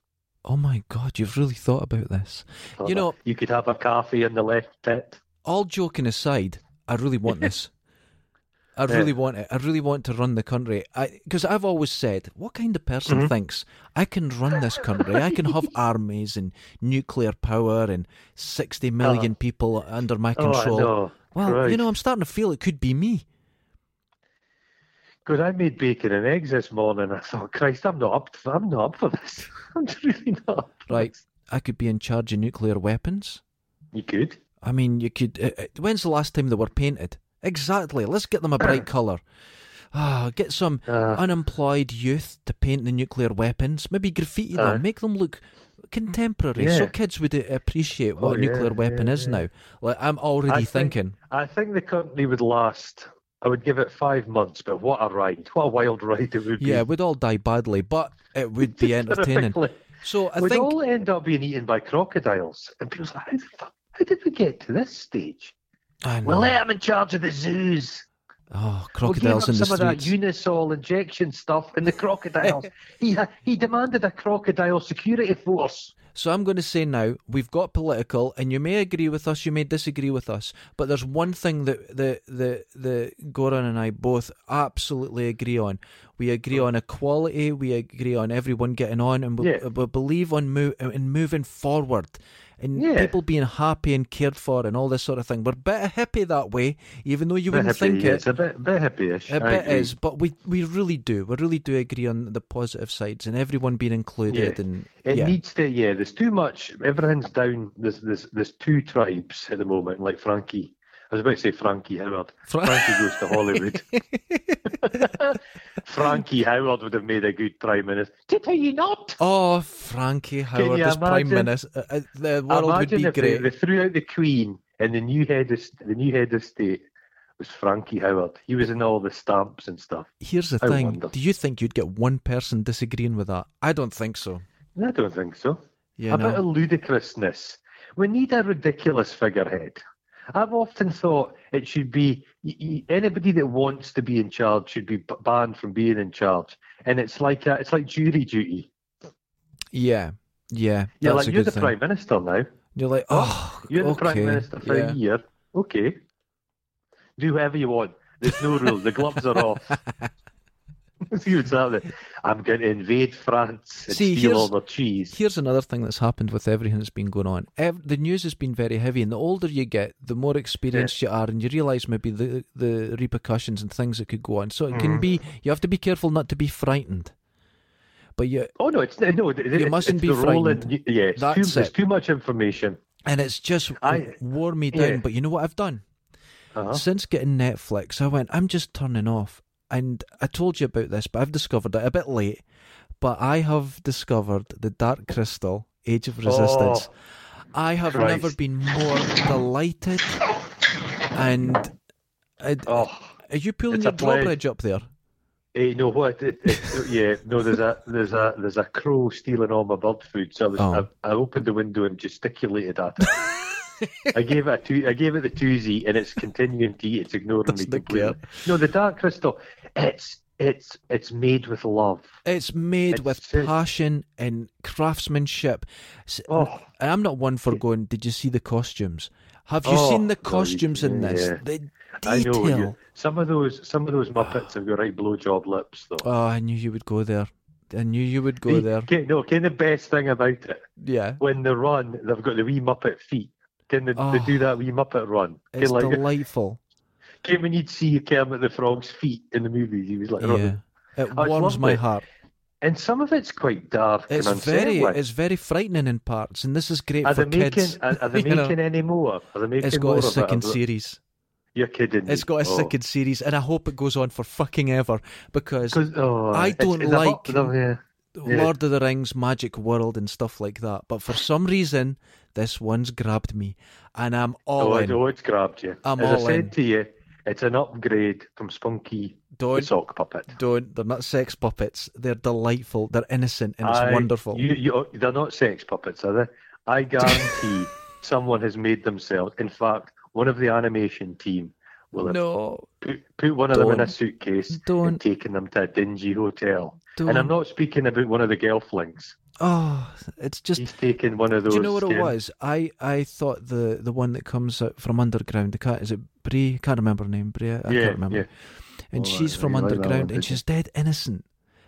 S1: Oh my God, you've really thought about this. You know-
S2: you could have a cafe in the left pit.
S1: All joking aside, I really want this.
S2: [LAUGHS]
S1: I
S2: Yeah.
S1: really want it. I really want to run the country. Because I've always said, what kind of person
S2: Mm-hmm.
S1: thinks I can run this country? I can
S2: [LAUGHS]
S1: have armies and nuclear power and 60 million people under my control.
S2: Uh-huh. Oh, I
S1: Well, you know, I'm starting to feel it could be me.
S2: because I made bacon and eggs this morning. I thought, Christ, I'm not up. For, I'm not up for this. [LAUGHS] I'm really not. Up for
S1: Right.
S2: this."
S1: I could be in charge of nuclear weapons.
S2: You could.
S1: I mean, you could. Uh, uh, when's the last time they were painted? Exactly. Let's get them a
S2: [CLEARS THROAT]
S1: bright colour. Ah, get some
S2: Uh.
S1: unemployed youth to paint the nuclear weapons. Maybe graffiti
S2: Aye.
S1: them. Make them look contemporary, so
S2: Uh. Yeah.
S1: kids would uh, appreciate what a
S2: Oh, yeah,
S1: nuclear weapon
S2: yeah,
S1: is
S2: yeah.
S1: now. Like I'm already
S2: I think-
S1: thinking.
S2: I think the company would last. I would give it five months, but what a ride! What a wild ride it would be.
S1: Yeah, we'd all die badly, but it would
S2: [LAUGHS]
S1: be entertaining.
S2: Terrifically.
S1: So I
S2: We'd
S1: think
S2: all end up being eaten by crocodiles, and people say, "How the fuck? How did we get to this stage?"
S1: I know.
S2: Well, let him in charge of the zoos.
S1: oh,
S2: We'll give him
S1: crocodiles
S2: some
S1: in the
S2: of that
S1: streets.
S2: Unisol injection stuff
S1: [LAUGHS]
S2: and the crocodiles. he ha- he demanded a crocodile security force.
S1: So I'm going to say now we've got political, and you may agree with us, you may disagree with us, but there's one thing that the the the Goran and I both absolutely agree on. We agree on equality. We agree on everyone getting on, and we,
S2: Yeah.
S1: we believe on mo- in moving forward. And
S2: Yeah.
S1: people being happy and cared for and all this sort of thing. We're a bit hippie that way, even though you
S2: Bit
S1: wouldn't
S2: hippie,
S1: think
S2: yeah,
S1: it.
S2: It's a bit, bit hippyish.
S1: It
S2: I
S1: bit
S2: agree.
S1: is, but we we really do. We really do agree on the positive sides and everyone being included.
S2: Yeah.
S1: And
S2: It
S1: yeah,
S2: needs to, yeah. There's too much. Everything's down. There's there's there's two tribes at the moment. Like Frankie, I was about to say Frankie Howard.
S1: Fra-
S2: Frankie goes to Hollywood. [LAUGHS] Frankie Howard would have made a good prime minister. Did he not?
S1: Oh, Frankie Howard
S2: you
S1: as Prime
S2: imagine?
S1: Minister, uh, uh, the world would
S2: Imagine
S1: be
S2: if they,
S1: great.
S2: they threw out the Queen and the new head of the new head of state was Frankie Howard. He was in all the stamps and stuff.
S1: Here's the
S2: I
S1: thing:
S2: wonder.
S1: Do you think you'd get one person disagreeing with that? I don't think so.
S2: I don't think so.
S1: You
S2: a bit of
S1: know,
S2: ludicrousness. We need a ridiculous figurehead. I've often thought it should be y- y- anybody that wants to be in charge should be b- banned from being in charge, and it's like a, it's like jury duty.
S1: yeah, yeah.
S2: Yeah,
S1: that's
S2: like
S1: a
S2: you're
S1: good
S2: the
S1: thing.
S2: prime minister now.
S1: You're like, oh,
S2: [GASPS] You're the
S1: okay,
S2: prime minister for
S1: yeah.
S2: a year. Okay, do whatever you want. There's no rules. The gloves
S1: [LAUGHS]
S2: are off. [LAUGHS] See what's happening. I'm going to invade France and
S1: See,
S2: steal all
S1: here's-
S2: their cheese.
S1: Here's another thing that's happened with everything that's been going on. Ev- the news has been very heavy, and the older you get, the more experienced you are, and you realise maybe the the repercussions and things that could go on. So it
S2: Mm.
S1: can be you have to be careful not to be frightened, but you
S2: Oh no, it's no. It, it-
S1: mustn't
S2: it's
S1: be
S2: the role in-
S1: frightened.
S2: yeah, it's too,
S1: That's
S2: there's
S1: it.
S2: too much information.
S1: and it's just
S2: I-
S1: wore me down.
S2: yeah.
S1: But you know what I've done?
S2: Uh-huh.
S1: Since getting Netflix, I went, I'm just turning off. And I told you about this, but I've discovered it a bit late. But I have discovered the Dark Crystal Age of Resistance. I have
S2: Oh. Christ.
S1: never been more delighted. And I,
S2: Oh,
S1: are you pulling
S2: It's
S1: your
S2: a plague.
S1: drawbridge up there?
S2: eh, you know what? It, it, yeah, no. There's a there's a there's a crow stealing all my bird food. So I, was,
S1: Oh.
S2: I, I opened the window and gesticulated at it. I gave it a two, I gave it the twosie, and it's continuing to eat. It's ignoring
S1: Doesn't
S2: me completely.
S1: care.
S2: No, the dark crystal. It's it's it's made with love.
S1: It's made
S2: It's
S1: with
S2: just-
S1: passion and craftsmanship. S-
S2: Oh.
S1: And I'm not one for going, did you see the costumes? Have you
S2: Oh,
S1: seen the
S2: no, you-
S1: costumes in this?
S2: yeah.
S1: The
S2: I know what
S1: detail.
S2: you, some of those some of those Muppets have got right blowjob lips though.
S1: Oh, I knew you would go there. I knew you would go
S2: Eh,
S1: there.
S2: ken- no, ken the best thing about it
S1: Yeah.
S2: when they run, they've got the wee Muppet feet. Can they,
S1: Oh.
S2: they do that wee Muppet run? Ken,
S1: It's
S2: like, [LAUGHS]
S1: delightful.
S2: ken when you'd see Kermit the Frog's feet in the movies, he was like,
S1: Yeah.
S2: running.
S1: It
S2: Oh, it's
S1: warms my
S2: lovely.
S1: heart.
S2: And some of it's quite dark
S1: It's
S2: and
S1: very,
S2: unsettling.
S1: it's very frightening in parts, and this is great
S2: are
S1: for
S2: they making?
S1: kids.
S2: Are, are
S1: [LAUGHS]
S2: they
S1: You know,
S2: making any more? Are they making
S1: it's got
S2: more
S1: a
S2: of it?
S1: second
S2: Have they-
S1: series.
S2: You're kidding. Oh.
S1: It's got a second series, and I hope it goes on for fucking ever because
S2: Because oh,
S1: I
S2: it's-
S1: don't
S2: it's a lot-
S1: like-
S2: no, yeah. yeah.
S1: Lord of the Rings, Magic World, and stuff like that. But for some reason, this one's grabbed me, and I'm all
S2: Oh, I
S1: in.
S2: know it's grabbed you.
S1: I'm
S2: As I
S1: all
S2: said
S1: in.
S2: to you, it's an upgrade from Spunky the
S1: Don't,
S2: sock puppet.
S1: don't. They're not sex puppets. They're delightful. They're innocent, and it's
S2: I-
S1: wonderful.
S2: You, you, they're not sex puppets, are they?
S1: [LAUGHS]
S2: I guarantee someone has made themselves. In fact, one of the animation team will have
S1: no,
S2: put, put one of them in a
S1: Don't.
S2: suitcase
S1: Don't.
S2: and taken them to a dingy hotel.
S1: don't.
S2: And I'm not speaking about one of the gelflings.
S1: Oh, it's just
S2: He's taken one of those.
S1: Do you know what it
S2: um,
S1: was? I, I thought the, the one that comes out from underground. The cat is it Brie? Can't remember her name. Brie. I
S2: Yeah,
S1: can't remember.
S2: yeah.
S1: And
S2: Oh,
S1: she's
S2: I
S1: from
S2: really like that one,
S1: underground,
S2: did you?
S1: and she's dead innocent.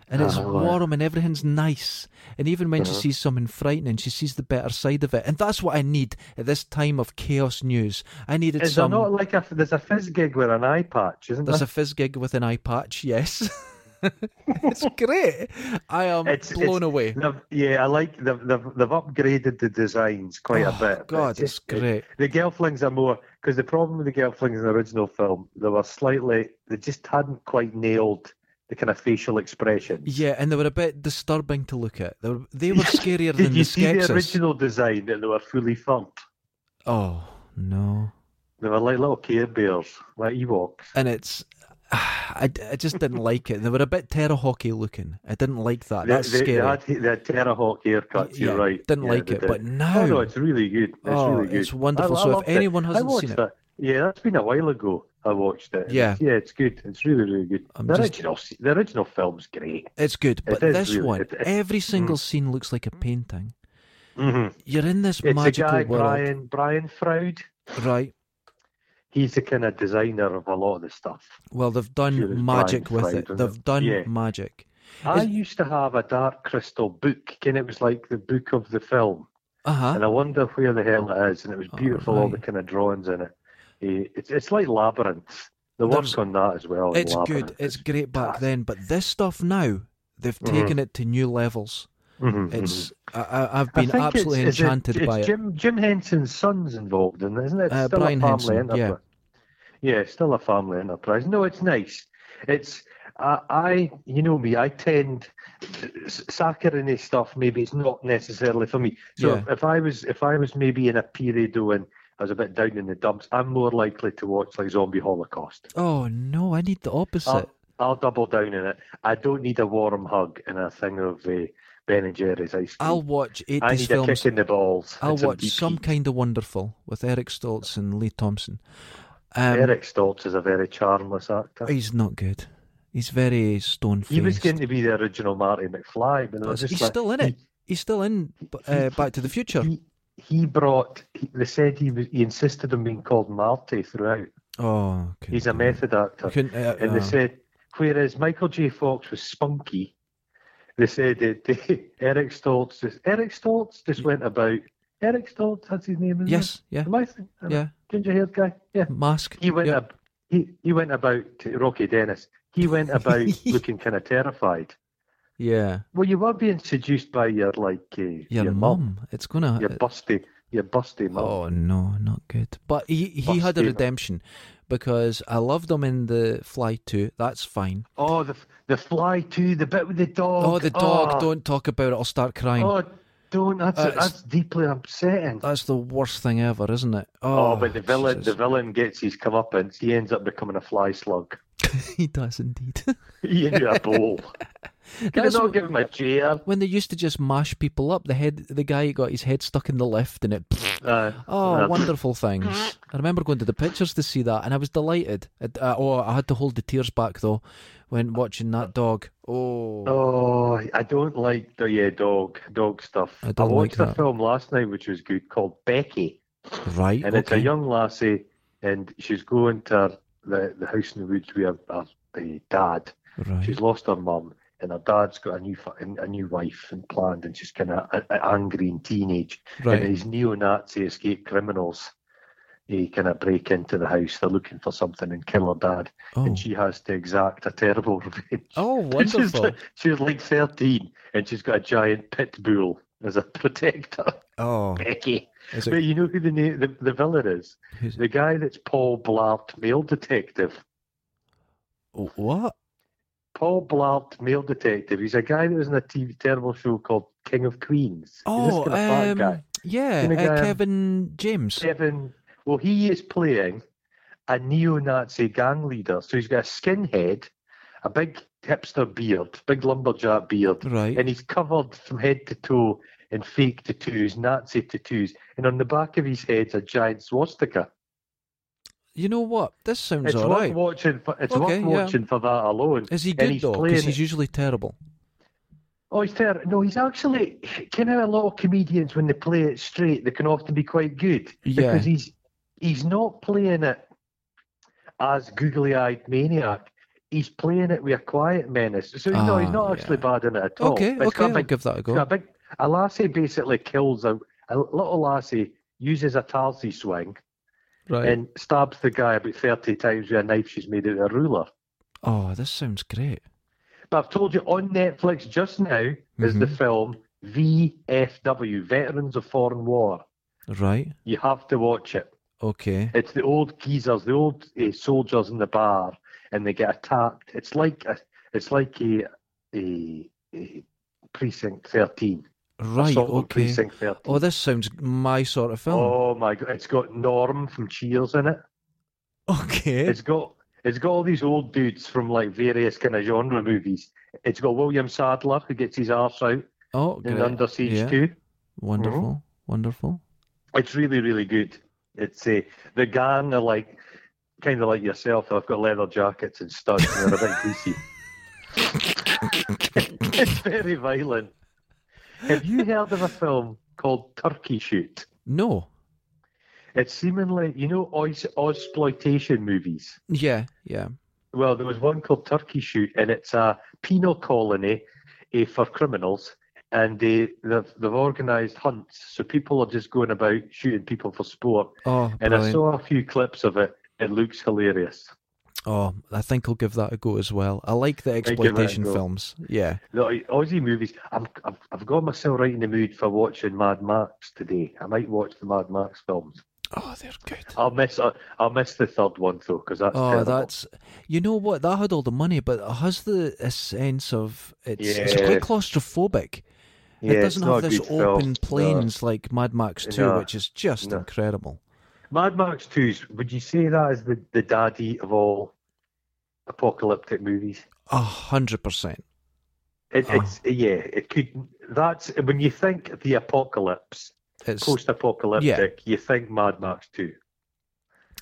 S1: And it's
S2: Ah, right.
S1: warm and everything's nice. And even when she
S2: Uh-huh.
S1: sees something frightening, she sees the better side of it. And that's what I need at this time of chaos news. I needed
S2: Is
S1: some.
S2: there not like a there's a fizz gig with an eye patch, isn't
S1: um, There's
S2: there?
S1: a fizz gig with an eye patch. Yes, [LAUGHS] it's great. I am
S2: It's- it's-
S1: blown away.
S2: They've, yeah, I like they've, they've they've upgraded the designs quite
S1: Oh,
S2: a bit. but
S1: God, it's
S2: just-
S1: great.
S2: The Gelflings are more because the problem with the Gelflings in the original film, they were slightly, they just hadn't quite nailed the kind of facial expression.
S1: Yeah, and they were a bit disturbing to look at. They were, they were scarier
S2: [LAUGHS] Did
S1: than the
S2: you see
S1: Skeksis.
S2: the original design and they were fully thumped?
S1: Oh no!
S2: They were like little Care Bears, like Ewoks.
S1: And it's [SIGHS] I, I just didn't like it. They were a bit terror hockey looking. I didn't like that.
S2: They,
S1: Ah, That's
S2: they, they
S1: scary.
S2: had they had Terrahawk haircuts.
S1: Yeah,
S2: you're right.
S1: Didn't
S2: Yeah,
S1: like
S2: they
S1: it,
S2: did.
S1: but
S2: oh
S1: now
S2: no, it's really good. It's
S1: Oh,
S2: really good.
S1: it's wonderful.
S2: I- I
S1: So if
S2: loved it.
S1: anyone
S2: I
S1: hasn't
S2: watched
S1: seen it-
S2: that. yeah, that's been a while ago. I watched it.
S1: Yeah.
S2: yeah, it's good. It's really, really good.
S1: I'm
S2: the
S1: just-
S2: original, se- the original film's great.
S1: it's good, but
S2: is
S1: this
S2: really-
S1: one,
S2: it- mm. it-
S1: every single scene looks like a painting.
S2: hmm
S1: You're in this
S2: It's a
S1: magical
S2: guy,
S1: world,
S2: Brian Brian Froud.
S1: right?
S2: He's the kind of designer of a lot of the stuff.
S1: Well, they've
S2: Sure, it's
S1: done magic
S2: Brian
S1: with
S2: Fried,
S1: it.
S2: isn't
S1: They've
S2: it?
S1: done
S2: Yeah.
S1: magic.
S2: I used to have a dark crystal book, and it was like the book of the film.
S1: Uh huh.
S2: And I wonder where the hell it is. And it was
S1: Oh,
S2: beautiful, all the
S1: right.
S2: kind of drawings in it. Eh, It's, it's like Labyrinth. The
S1: There's-
S2: work on that as well.
S1: It's good.
S2: Labyrinth.
S1: It's great back
S2: class.
S1: then, but this stuff now they've
S2: Mhm.
S1: taken it to new levels.
S2: Mhm, mhm.
S1: It's I, I, I've
S2: I
S1: been
S2: think it's-
S1: absolutely
S2: is it-
S1: enchanted
S2: it's
S1: by it.
S2: Jim, Jim Henson's son's involved in it, isn't it? It's
S1: Uh,
S2: still
S1: Brian
S2: a family
S1: Henson,
S2: enterprise.
S1: yeah.
S2: Yeah, it's still a family enterprise. No, it's nice. It's I, I you know me, I tend s- saccharine stuff. Maybe it's not necessarily for me. So
S1: Yeah.
S2: if, if I was if I was maybe in a period when I was a bit down in the dumps, I'm more likely to watch like Zombie Holocaust.
S1: Oh no, I need the opposite.
S2: I'll, I'll double down on it. I don't need a warm hug and a thing of uh, Ben and Jerry's ice cream.
S1: I'll watch
S2: I
S1: eighties
S2: need a
S1: films.
S2: kick in the balls.
S1: I'll
S2: and some
S1: watch some
S2: BP.
S1: kind of wonderful with Eric Stoltz and Lee Thompson. Um,
S2: Eric Stoltz is a very charmless actor.
S1: he's not good. He's very stone
S2: He was
S1: faced.
S2: going to be the original Marty McFly, but they were
S1: That's-
S2: just
S1: he's
S2: like-
S1: still in it. He's still in uh, Back to the
S2: He,
S1: Future.
S2: he, he brought. He, they said he was. He insisted on being called Marty throughout.
S1: Oh, couldn't
S2: He's a
S1: do it.
S2: method actor,
S1: Couldn't, uh,
S2: and they
S1: uh,
S2: said whereas Michael J. Fox was spunky, they said that [LAUGHS] they, Eric Stoltz. Just, Eric Stoltz just went about. Eric Stoltz, that's his name. Isn't
S1: yes, yeah,
S2: It? Am I thinking-
S1: yeah.
S2: Ginger-haired guy. Yeah.
S1: Mask.
S2: He went
S1: yeah.
S2: ab- he, he went about Rocky Dennis. He
S1: [LAUGHS]
S2: went about looking kind of terrified.
S1: Yeah,
S2: Well, you were being seduced by your like uh,
S1: your, mum. It's gonna. uh,
S2: your busty, your busty mum.
S1: Oh no, not good. But he he had a
S2: Busted.
S1: redemption because I loved him in the Fly Two. That's fine.
S2: Oh, the the fly too. The bit with the dog.
S1: Oh, the dog!
S2: Oh,
S1: Don't talk about it. I'll start crying.
S2: Oh, don't. That's
S1: Uh, it's-
S2: that's deeply upsetting.
S1: That's the worst thing ever, isn't it? Oh,
S2: Oh, but the villain,
S1: Jesus.
S2: the villain gets his comeuppance. He ends up becoming a fly slug. [LAUGHS]
S1: [LAUGHS] he does indeed. [LAUGHS]
S2: He into a bowl. Can I
S1: That's
S2: not
S1: what-
S2: give him a chair?
S1: when they used to just mash people up, the head, the guy got his head stuck in the lift, and it. [LAUGHS]
S2: Uh,
S1: Oh,
S2: uh,
S1: wonderful
S2: [LAUGHS]
S1: things! I remember going to the pictures to see that, and I was delighted. It- uh, oh, I had to hold the tears back though when watching that dog. Oh,
S2: Oh, I don't like the yeah dog dog stuff.
S1: I don't
S2: watched
S1: like
S2: a
S1: that.
S2: film last night which was good called Becky,
S1: right.
S2: and it's a
S1: okay.
S2: young lassie, and she's going to the the house in the woods with her, her, her dad.
S1: right.
S2: She's lost her mum, and her dad's got a new fa- a new wife and planned, and she's kind of angry and teenage,
S1: Right.
S2: and these neo-Nazi escape criminals. eh, a kind of break into the house. They're looking for something and kill her dad,
S1: Oh,
S2: and she has to exact a terrible [LAUGHS] revenge.
S1: oh
S2: She's
S1: wonderful.
S2: like, she's like 13 and she's got a giant pit bull as a [LAUGHS] protector. [LAUGHS]
S1: Oh,
S2: Becky.
S1: is
S2: But
S1: it?
S2: you know who the, na- the the villain is?
S1: Who's,
S2: The guy that's Paul Blart, male detective.
S1: oh, what?
S2: Paul Blart, male detective. He's a guy that was in a TV terrible show called King of Queens. He's this
S1: Oh,
S2: kind of fat guy.
S1: um, yeah,
S2: Kinda guy,
S1: uh,
S2: um,
S1: Kevin James.
S2: Kevin. Well, he is playing a neo-Nazi gang leader. So he's got a skinhead, a big hipster beard, big lumberjack beard,
S1: Right.
S2: and he's covered from head to toe in fake tattoos, Nazi tattoos, and on the back of his head's a giant swastika.
S1: You know what? This sounds
S2: It's worth
S1: all right.
S2: watching. For, it's
S1: Okay,
S2: worth
S1: yeah.
S2: watching for that alone.
S1: Is he
S2: And
S1: good
S2: he's
S1: though?
S2: playing
S1: Because he's usually terrible.
S2: Oh, he's fair. No, he's actually kind of a lot of comedians when they play it straight, they can often be quite good
S1: Yeah.
S2: because he's he's not playing it as googly-eyed maniac. He's playing it with a quiet menace. So no, he's
S1: Ah,
S2: not actually bad in it at all.
S1: Okay,
S2: But Oh, it's
S1: okay,
S2: got a
S1: I'll
S2: big
S1: give that a
S2: so a
S1: go.
S2: big a lassie basically kills a, a little lassie uses a tarsi swing
S1: Right.
S2: and stabs the guy about thirty times with a knife she's made out of a ruler.
S1: Oh, this sounds great.
S2: But I've told you on Netflix just now is the
S1: Mhm.
S2: film VFW Veterans of Foreign War.
S1: Right.
S2: You have to watch it.
S1: Okay.
S2: It's the old geezers, the old uh, soldiers in the bar, and they get attacked. It's like a, it's like a, a, a precinct thirteen.
S1: Right.
S2: Assault on
S1: Okay.
S2: Precinct 13.
S1: Oh, this sounds my sort of film.
S2: Oh my god, it's got Norm from Cheers in it.
S1: okay.
S2: Oh, It's got it's got all these old dudes from like various kind of genre movies. It's got William Sadler who gets his arse out
S1: oh,
S2: in
S1: great.
S2: Under Mm-hmm. Siege
S1: yeah.
S2: too.
S1: Wonderful. Wonderful.
S2: It's really really good. It's uh, the gang are like kind of like yourself. They've got leather jackets and studs and they're
S1: [LAUGHS]
S2: a bit greasy. it's very violent. Have you heard of a film called Turkey Shoot?
S1: No.
S2: It's seemingly you know Oz exploitation movies.
S1: Yeah. Yeah.
S2: Well, there was one called Turkey Shoot, and it's a penal colony eh, for criminals, and they, they've, they've organised hunts. So people are just going about shooting people for sport.
S1: Oh,
S2: And I
S1: brilliant.
S2: saw a few clips of it. It looks hilarious.
S1: oh, I think I'll give that a go as well. I like the
S2: give that a
S1: exploitation
S2: go.
S1: films. Yeah.
S2: No, eh, Aussie movies. I'm, I've, I've got myself right in the mood for watching Mad Max today. I might watch the Mad Max films.
S1: Oh, they're good.
S2: I'll miss uh, I'll miss the third one though because that's
S1: oh,
S2: terrible.
S1: that's you know what that had all the money, but it has the a sense of it's it's
S2: Yeah.
S1: quite claustrophobic.
S2: Yeah,
S1: it
S2: it's
S1: doesn't
S2: not
S1: have
S2: a
S1: this
S2: good film.
S1: open
S2: No.
S1: plains like Mad Max Two,
S2: No.
S1: which is just
S2: No.
S1: incredible.
S2: Mad Max 2's, would you say that is the, the daddy of all apocalyptic movies?
S1: A hundred percent.
S2: It,
S1: Ah.
S2: It's yeah, it could. That's when you think the apocalypse,
S1: It's
S2: post-apocalyptic, you think Mad Max 2.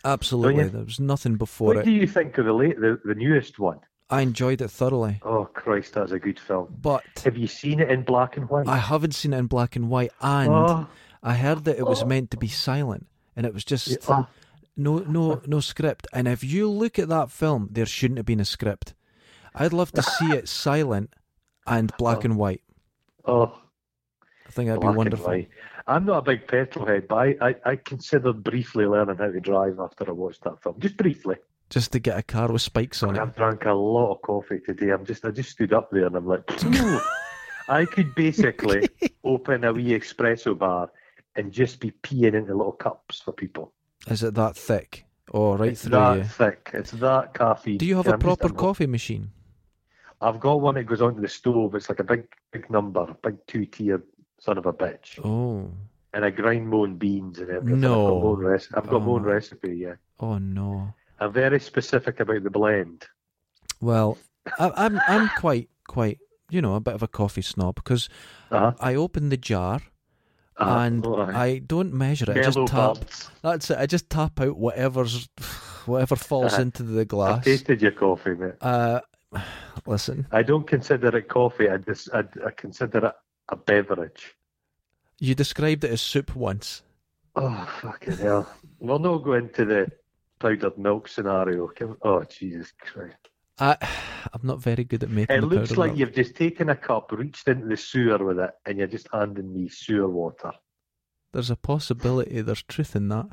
S1: absolutely
S2: you-
S1: there was nothing before
S2: what
S1: it.
S2: do you think of the late, the, the newest one?
S1: I enjoyed it thoroughly,
S2: Oh Christ, that's a good film.
S1: but
S2: Have you seen it in black and white?
S1: I haven't seen it in black and white, and
S2: oh,
S1: I heard that it was
S2: Oh.
S1: meant to be silent, and it was
S2: yeah,
S1: just
S2: oh,
S1: no no no script. And if you look at that film, there shouldn't have been a script. I'd love to see
S2: [LAUGHS]
S1: it silent and black and white.
S2: oh,
S1: I think that'd
S2: black
S1: be
S2: and
S1: wonderful.
S2: white. I'm not a big petrol head, but I, I, I considered briefly learning how to drive after I watched that film. Just briefly.
S1: Just to get a car with spikes on it.
S2: I've drank a lot of coffee today. I'm just I just stood up there and I'm like, "Phew."
S1: [LAUGHS]
S2: I could basically open a wee espresso bar and just be peeing into little cups for people.
S1: Is it that thick? Oh, right
S2: it's
S1: through
S2: that
S1: you.
S2: thick. It's that caffeine.
S1: Do you have
S2: And
S1: a
S2: I'm just-
S1: proper
S2: I'm-
S1: coffee machine?
S2: I've got one that goes onto the stove. It's like a big big number, a big two tier son of a bitch.
S1: Oh,
S2: And I grind my own beans and everything. I've
S1: No.
S2: got my own, rec- I've got my
S1: Oh.
S2: own recipe, yeah.
S1: oh no.
S2: I'm very specific about the blend.
S1: Well, I, I'm I'm quite quite you know a bit of a coffee snob because
S2: Uh-huh.
S1: I open the jar
S2: Uh-huh.
S1: and
S2: Oh, aye.
S1: I don't measure it. I just
S2: Mellow
S1: tap.
S2: buds.
S1: That's it. I just tap out whatever's [SIGHS] whatever falls
S2: Uh-huh.
S1: into the
S2: I've
S1: glass.
S2: tasted your coffee, mate.
S1: Uh, listen,
S2: I don't consider it coffee. I just I, I consider it a beverage.
S1: you described it as soup once.
S2: Oh fucking hell! We'll not go into the powdered milk scenario. Can- Oh Jesus Christ!
S1: I I'm not very good at making.
S2: It
S1: the
S2: looks
S1: powdered
S2: like
S1: milk.
S2: you've just taken a cup, reached into the sewer with it, and you're just handing me sewer water. [LAUGHS]
S1: There's a possibility. There's truth in that.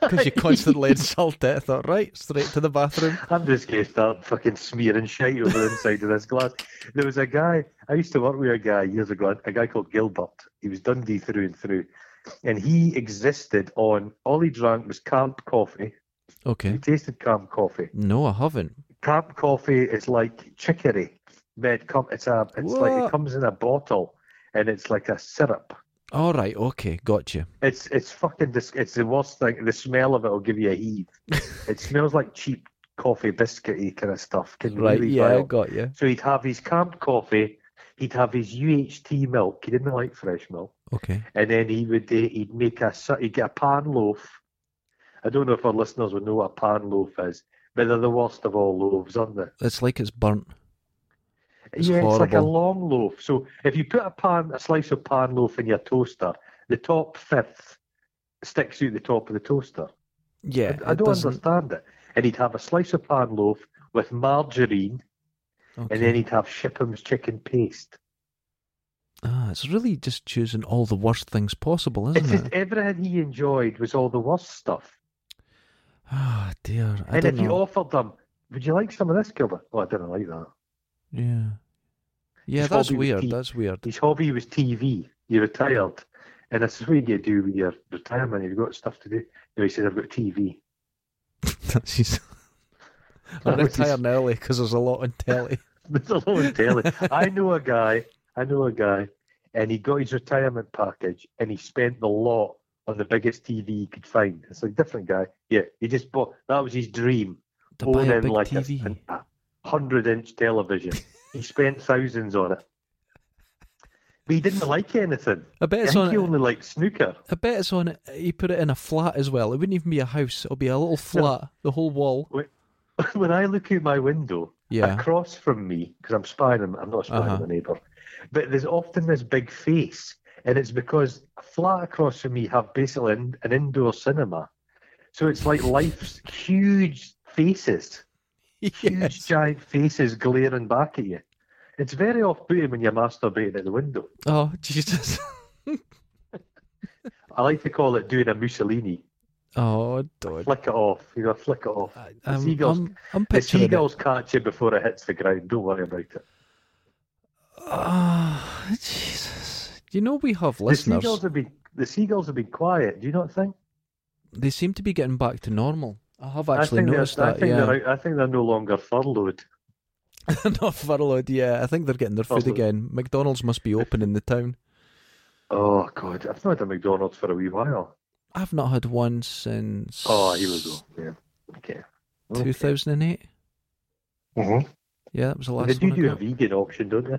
S1: because you constantly insult it. I thought, right, straight to the bathroom.
S2: I'm just going to start fucking smearing shite over the inside of this glass. There was a guy, I used to work with a guy years ago, a guy called Gilbert. He was Dundee through and through. And he existed on, all he drank was camp coffee. He
S1: Okay.
S2: tasted camp coffee.
S1: No, I haven't.
S2: Camp coffee is like chicory. But it come- It's, a, it's like
S1: What?
S2: it comes in a bottle and it's like a syrup.
S1: All right. Okay. Got you.
S2: It's it's fucking dis- it's the worst thing. The smell of it will give you
S1: [LAUGHS]
S2: a heave. it smells like cheap coffee biscuity kind of stuff. Can
S1: Right.
S2: really
S1: Yeah.
S2: vile.
S1: Got you.
S2: So he'd have his camp coffee. He'd have his UHT milk. He didn't like fresh milk.
S1: Okay.
S2: And then he would uh, he'd make a su- he'd get a pan loaf. I don't know if our listeners would know what a pan loaf is, but they're the worst of all loaves, aren't they?
S1: It's like it's burnt. It's
S2: yeah, it's like a
S1: horrible.
S2: long loaf. So if you put a pan, a slice of pan loaf in your toaster, the top fifth sticks out the top of the toaster.
S1: Yeah.
S2: I, I
S1: it
S2: don't
S1: doesn't-
S2: understand it. And he'd have a slice of pan loaf with margarine,
S1: okay.
S2: and then he'd have Shipham's chicken paste.
S1: Ah, it's really just choosing all the worst things possible,
S2: It's [LAUGHS]
S1: isn't
S2: just
S1: it?
S2: everything he enjoyed was all the worst stuff.
S1: Ah, dear. I
S2: and
S1: don't
S2: if you
S1: know.
S2: offered them, would you like some of this, Gilbert? Oh, I didn't like that.
S1: Yeah. Yeah,
S2: His
S1: that's
S2: hobby was
S1: weird.
S2: tea.
S1: That's weird.
S2: His hobby was TV. He retired. And this is what you do with your retirement. You've got stuff to do. And he said, I've got TV.
S1: [LAUGHS] That's his- [LAUGHS] I'm
S2: That was his-
S1: retiring early because there's a lot on
S2: [LAUGHS]
S1: telly.
S2: There's a lot of telly.
S1: [LAUGHS]
S2: I know a guy. I know a guy, and he got his retirement package, and he spent the lot on the biggest TV he could find. It's a different guy. Yeah, he just bought. That was his dream.
S1: To buy a
S2: owning
S1: big
S2: like a-
S1: TV.
S2: an- A, hundred-inch television. he spent thousands on it, but he didn't like anything.
S1: I bet
S2: I
S1: it's
S2: think
S1: on.
S2: he only liked snooker. [LAUGHS]
S1: I bet it's on. He put it in a flat as well. It wouldn't even be a house. It'll be a little flat. The whole wall.
S2: when I look out my window,
S1: Yeah.
S2: across from me, because I'm spying, on- I'm not spying
S1: Uh-huh.
S2: on the neighbour, but there's often this big face, and it's because a flat across from me have basically an, an indoor cinema. So
S1: [LAUGHS]
S2: it's like life's huge faces, [LAUGHS] huge
S1: [LAUGHS] Yes.
S2: giant faces glaring back at you. It's very off putting when you're masturbating at the window.
S1: Oh Jesus. [LAUGHS]
S2: I like to call it doing a Mussolini.
S1: Oh, God.
S2: Flick it off, you know, flick it off.
S1: I-
S2: The
S1: I'm,
S2: seagulls-
S1: I'm, I'm
S2: The
S1: picturing it.
S2: seagulls catch you before it hits the ground. Don't worry about it.
S1: Ah, Jesus. You know we have
S2: The
S1: listeners.
S2: seagulls have been the seagulls have been quiet. Do you not think?
S1: They seem to be getting back to normal. I have actually
S2: I think
S1: noticed
S2: they're,
S1: that.
S2: I think
S1: yeah.
S2: they're out, I think they're no longer furloughed.
S1: [LAUGHS] Not furloughed, yeah. I think they're getting their food
S2: Furloughed.
S1: again. McDonald's must be open in the town.
S2: Oh God, I've not had a McDonald's for a wee while.
S1: I've not had one since.
S2: Oh, here we go. Yeah. Okay.
S1: Two thousand and eight.
S2: Mm-hmm.
S1: Yeah, that was the
S2: They
S1: last
S2: do
S1: one. I
S2: do a
S1: got.
S2: vegan option, don't they?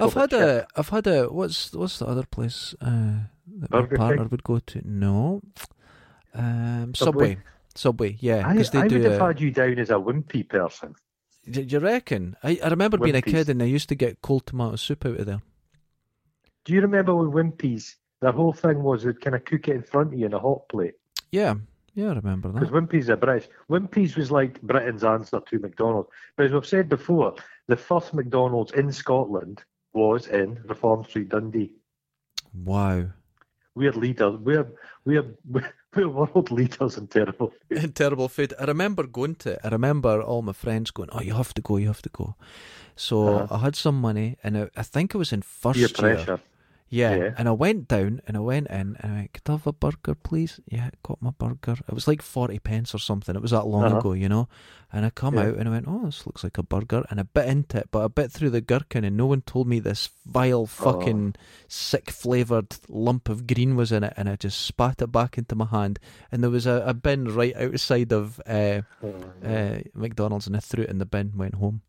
S1: I've
S2: called a
S1: had a. I've had a. What's what's the other place uh, that
S2: Burger
S1: my
S2: King?
S1: partner would go to? No. Um,
S2: Subway.
S1: Subway. Subway. Yeah,
S2: I,
S1: because they
S2: I
S1: do.
S2: would have
S1: a-
S2: had you down as a wimpy person.
S1: Do you reckon? I, I remember being a
S2: Wimpy's.
S1: kid and I used to get cold tomato soup out of there.
S2: Do you remember when Wimpies? Their whole thing was they'd kind of cook it in front of you in a hot plate.
S1: Yeah, yeah, I remember
S2: Because
S1: that.
S2: Wimpy's are British. Wimpy's was like Britain's answer to McDonald's. But as we've said before, the first McDonald's in Scotland was in Reform Street, Dundee.
S1: Wow.
S2: We're leaders. We're [LAUGHS] we're we're world leaders in [LAUGHS] terrible.
S1: [LAUGHS]
S2: food.
S1: Terrible food. I remember going to it. I remember all my friends going, oh, you have to go, you have to go. So
S2: Uh-huh.
S1: I had some money and I, I think it was in first
S2: Peer
S1: year.
S2: pressure.
S1: Yeah.
S2: Yeah.
S1: And I went down and I went in and I went, could I have a burger, please? Yeah, I got my burger. It was like 40 pence or something. It was that long
S2: Uh-huh.
S1: ago, you know? And I come
S2: Yeah.
S1: out and I went, oh, this looks like a burger. And I bit into it, but I bit through the gherkin and no one told me this vile,
S2: Oh.
S1: fucking, sick flavoured lump of green was in it. And I just spat it back into my hand. And there was a, a bin right outside of uh, uh, McDonald's and I threw it in the bin and went home.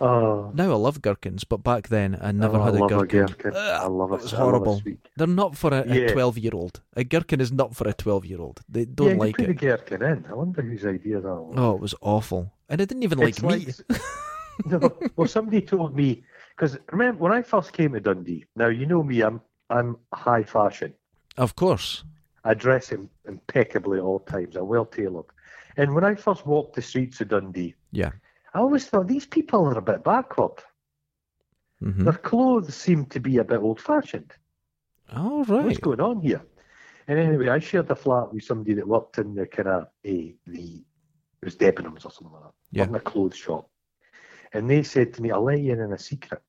S2: oh,
S1: Now I love gherkins, but back then I never
S2: oh,
S1: had
S2: I
S1: a
S2: love
S1: gherkin.
S2: gherkin.
S1: Ugh,
S2: I love a-
S1: it was
S2: I love a
S1: horrible.
S2: sweet-
S1: They're not for a- a
S2: Yeah.
S1: twelve year old. A gherkin is not for a twelve year old. They don't
S2: yeah,
S1: like
S2: you put
S1: it.
S2: the gherkin in. I wonder whose idea that was.
S1: Oh, it was awful. And it didn't even like
S2: It's
S1: meat.
S2: [LAUGHS] no, well, somebody told me because remember when I first came to Dundee. Now you know me. I'm I'm high fashion.
S1: Of course.
S2: I dress im- impeccably at all times. I'm well tailored. And when I first walked the streets of Dundee,
S1: Yeah.
S2: I always thought these people are a bit backward.
S1: Mm-hmm.
S2: Their clothes seem to be a bit old fashioned.
S1: All
S2: What's
S1: right.
S2: going on here? And anyway, I shared the flat with somebody that worked in the kind of a the it was Debenhams or something like that.
S1: Yeah.
S2: In a clothes shop. And they said to me, I'll let you in on a secret.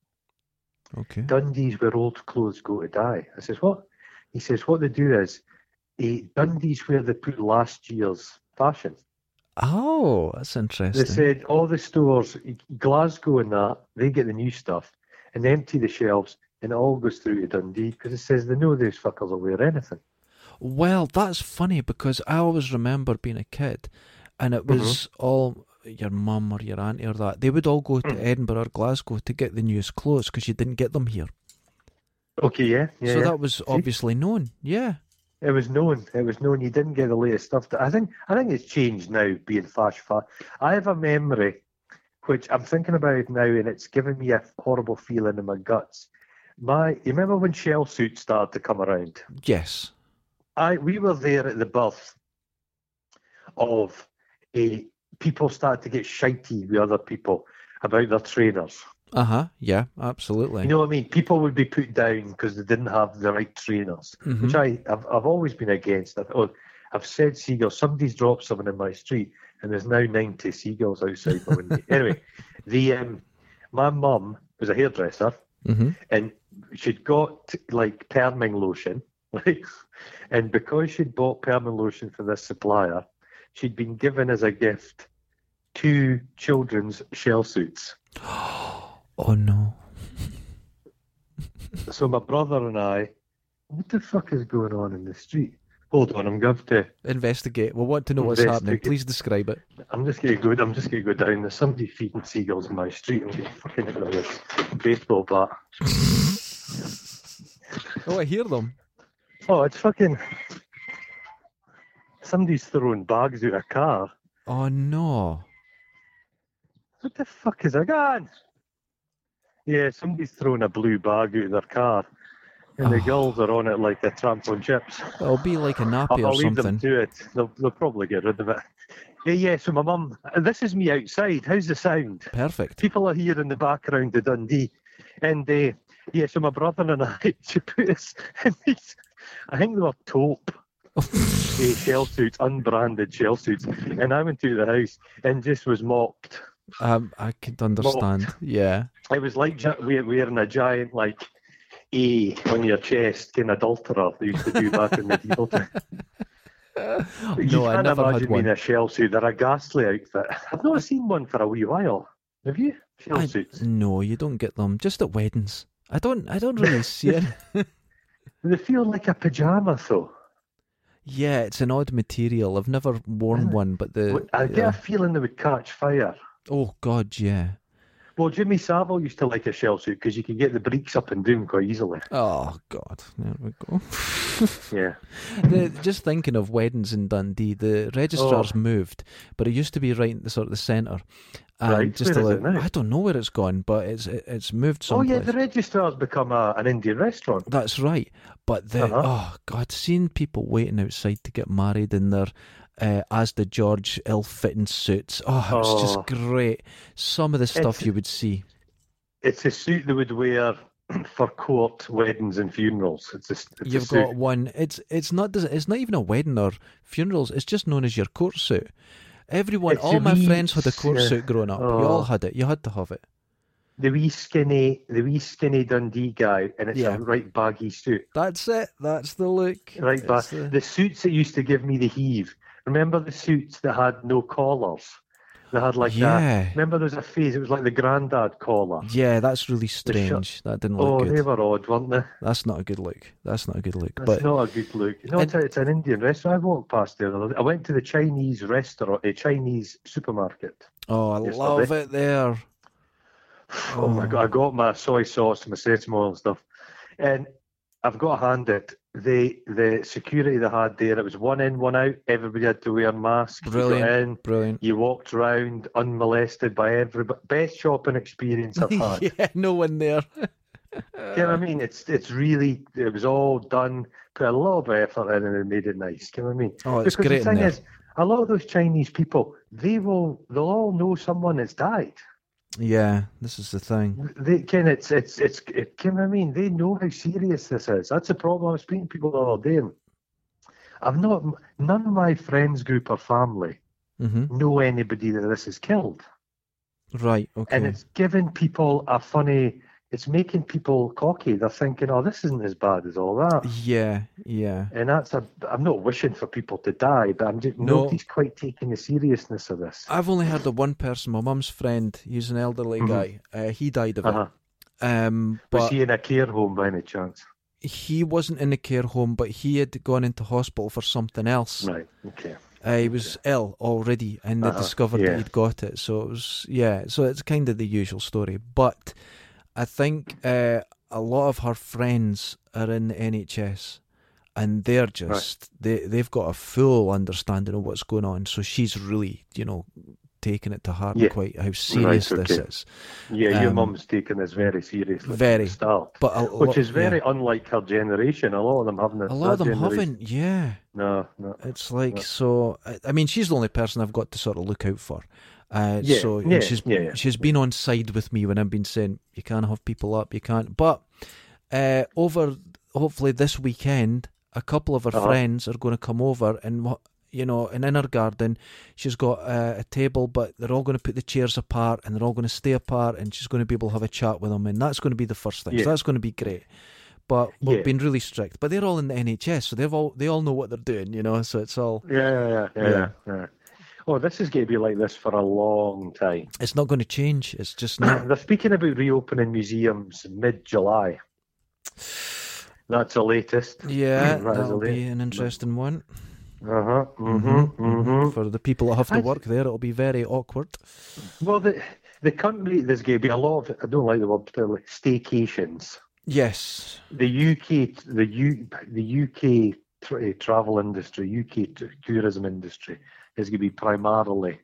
S1: Okay.
S2: Dundee's where old clothes go to die. I says, What? He says, What they do is eh, Dundee's where they put last year's fashion.
S1: Oh, that's
S2: They
S1: interesting.
S2: said all the stores, Glasgow and that, they get the new stuff and empty the shelves and it all goes through to Dundee because it says they know those fuckers will wear anything.
S1: Well, that's funny because I always remember being a kid, and it was
S2: Mm-hmm.
S1: all your mum or your auntie or that. They would all go to
S2: Mm.
S1: Edinburgh or Glasgow to get the newest clothes because you didn't get them here.
S2: Okay, yeah, yeah.
S1: so
S2: yeah.
S1: that was obviously known. Yeah.
S2: It was known. It was known. You didn't get the latest stuff. That, I think. I think it's changed now. Being fast, fast. I have a memory, which I'm thinking about now, and it's giving me a horrible feeling in my guts. My, you remember when shell suits started to come around?
S1: Yes.
S2: I we were there at the birth of a people started to get shitey with other people about their trainers.
S1: Uh huh. Yeah. Absolutely.
S2: You know what I mean? People would be put down because they didn't have the right trainers, which
S1: Mhm.
S2: I, I've, I've always been against. I've, oh, I've said seagulls. Somebody's dropped someone in my street, and there's now 90 seagulls outside my window. anyway, the um, my mum was a hairdresser,
S1: hmm
S2: and she'd got like perming lotion, [LAUGHS] right? and because she'd bought perming lotion for this supplier, she'd been given as a gift two children's shell suits.
S1: Oh no.
S2: So my brother and I, what the fuck is going on in the street? Hold on, I'm going to.
S1: Investigate. We want to know what's happening.
S2: Investigate.
S1: Please describe it.
S2: I'm just going to go. I'm just going to go down. There's somebody feeding seagulls in my street. I'm going to fucking hit them with this baseball bat.
S1: Oh, I hear them.
S2: Oh, it's fucking. Somebody's throwing bags out of a car.
S1: Oh no.
S2: What the fuck is that going? Yeah, somebody's throwing a blue bag out of their car, and the
S1: Oh.
S2: girls are on it like they're trampling chips.
S1: It'll be like a nappy or
S2: I'll, I'll leave them
S1: something.
S2: to it. They'll, they'll probably get rid of it. Yeah, yeah. So my mum, this is me outside. How's the sound?
S1: Perfect.
S2: People are here in the background of Dundee, and uh, yeah. So my brother and I, [LAUGHS] she put us in these. I think they were
S1: [LAUGHS]
S2: taupe eh, shell suits, unbranded shell suits, and I went to the house and just was mocked.
S1: um, I can understand. [LAUGHS]
S2: [LAUGHS]
S1: Yeah.
S2: It was like gi- we- wearing a giant like. E on your chest, kind of adulterer they used to do back in medieval times.
S1: [LAUGHS] no,
S2: you
S1: I
S2: can't
S1: never
S2: imagine
S1: had
S2: me
S1: one.
S2: in a shell suit. They're a ghastly outfit. I've not seen one for a wee while. Have you? Shell
S1: I-
S2: suits.
S1: No, you don't get them. Just at weddings. I don't. I don't
S2: [LAUGHS]
S1: really see it.
S2: They feel like a pajama though.
S1: Yeah, it's an odd material. I've never worn one, but the.
S2: I get
S1: Uh, yeah.
S2: a feeling they would catch fire.
S1: Oh God, yeah.
S2: Well, Jimmy Savile used to like a shell suit because you could get the breeks up and down quite easily.
S1: Oh God, there we go. [LAUGHS]
S2: Yeah.
S1: the, just thinking of weddings in Dundee, the registrar's
S2: Oh.
S1: moved, but it used to be right in the sort of the centre. And
S2: Right,
S1: just
S2: where
S1: a
S2: is it
S1: little-
S2: now?
S1: I don't know where it's gone, but it's it, it's moved someplace.
S2: Oh yeah, the registrar's become a, an Indian restaurant.
S1: That's right. But the
S2: Uh-huh.
S1: oh god, seeing people waiting outside to get married in their uh, as the George ill-fitting suits. Oh, it was
S2: Oh.
S1: just great. Some of the stuff
S2: It's-
S1: you would see.
S2: It's a suit they would wear [CLEARS THROAT] for court weddings and funerals. It's a, it's a
S1: You've
S2: suit.
S1: got one. It's it's not it's not even a wedding or funerals. It's just known as your court suit. Everyone,
S2: It's
S1: all my
S2: wee-
S1: friends had a court
S2: yeah.
S1: suit growing up. You all
S2: Oh.
S1: had it. You had to have it.
S2: the wee skinny, the wee skinny Dundee guy, and it's
S1: Yeah.
S2: a right baggy suit.
S1: That's it. That's the look.
S2: Right, but
S1: It's the-
S2: the suits that used to give me the heave. Remember the suits that had no collars? They had like
S1: Yeah.
S2: that. Remember there was a phase, it was like the granddad collar.
S1: yeah, that's really strange. That didn't look
S2: Oh,
S1: good.
S2: they were odd, weren't they?
S1: That's not a good look. That's not a good look.
S2: That's
S1: but
S2: not a good look. No, it's, a, it's an Indian restaurant. I walked past there. the other day. I went to the Chinese restaurant, a Chinese supermarket.
S1: oh, I
S2: Yes,
S1: love it there.
S2: Oh, my
S1: Oh.
S2: god! I got my soy sauce, my sesame oil and stuff, and I've got to hand it. The the security they had there, it was one in, one out. Everybody had to wear masks. You got
S1: Brilliant.
S2: in,
S1: Brilliant.
S2: You walked round unmolested by everybody. Best shopping
S1: [LAUGHS]
S2: experience I've had.
S1: yeah, no one there.
S2: You know what I mean? It's it's really it was all done. Put a lot of effort in, and it made it nice. You know what I mean?
S1: Oh, it's
S2: because
S1: great
S2: the
S1: in
S2: thing
S1: there.
S2: is, a lot of those Chinese people, they will they'll all know someone that's died.
S1: Yeah, this is the thing.
S2: They can it's it's it's. It, you know what I mean? They know how serious this is. That's the problem. I was speaking to people the other day. and I've not. None of my friends group or family
S1: hmm
S2: know anybody that this has killed,
S1: Right. Okay.
S2: and it's giving people a funny. It's making people cocky. They're thinking, "Oh, this isn't as bad as all that."
S1: yeah. Yeah.
S2: And that's a. I'm not wishing for people to die, but I'm just
S1: No.
S2: nobody's quite taking the seriousness of this.
S1: I've only heard of one person. My mum's friend. He's an elderly
S2: Mhm.
S1: guy. Uh, he died of
S2: Uh-huh.
S1: it. Um,
S2: Was
S1: but
S2: he in a care home by any chance?
S1: he wasn't in a care home, but he had gone into hospital for something else.
S2: Right. Okay.
S1: Uh, he was ill already, and they
S2: Uh-huh,
S1: discovered that
S2: yeah.
S1: he'd got it. So it was, yeah. So it's kind of the usual story, but I think uh, a lot of her friends are in the NHS, and they're just they they've got a full understanding of what's going on. So she's really, you know, taking it to heart
S2: Yeah.
S1: quite how serious this
S2: okay.
S1: is.
S2: Yeah, your
S1: Um,
S2: mum's taking this very seriously.
S1: very,
S2: Still.
S1: But a,
S2: Which
S1: lo-
S2: is very unlike her generation. A lot of them haven't.
S1: yeah. a lot of them haven't. Yeah,
S2: No, no.
S1: It's like
S2: Yeah.
S1: so. I- I mean, she's the only person I've got to sort of look out for. Uh,
S2: Yeah,
S1: so and
S2: yeah,
S1: she's
S2: yeah, yeah.
S1: she's been on side with me when I've been saying you can't have people up, you can't. But uh, over hopefully this weekend, a couple of her
S2: Uh-huh.
S1: friends are going to come over and wha- you know an inner garden. She's got uh, a table, but they're all going to put the chairs apart and they're all going to stay apart, and she's going to be able to have a chat with them, and that's going to be the first thing.
S2: Yeah.
S1: So that's going to be great. But we've
S2: Yeah.
S1: been really strict. But they're all in the NHS, so they've all they all know what they're doing, you know. So it's all
S2: Yeah, yeah, yeah, yeah. yeah. Oh, this is going to be like this for a long time.
S1: it's not going to change. It's just
S2: [COUGHS]
S1: not.
S2: They're speaking about reopening museums mid July. That's the latest.
S1: yeah,
S2: Right,
S1: that'll
S2: isn't it?
S1: be an interesting one
S2: Uh huh.
S1: Mm-hmm,
S2: Mm hmm. Mm
S1: for the people that have to
S2: I-
S1: work there. It'll be very awkward.
S2: hmm. Well, the, the country, there's going to be a lot of, I don't like the word, particularly, staycations.
S1: Yes,
S2: the UK, the U, the UK tra- eh, travel industry, UK t- tourism industry is going to be primarily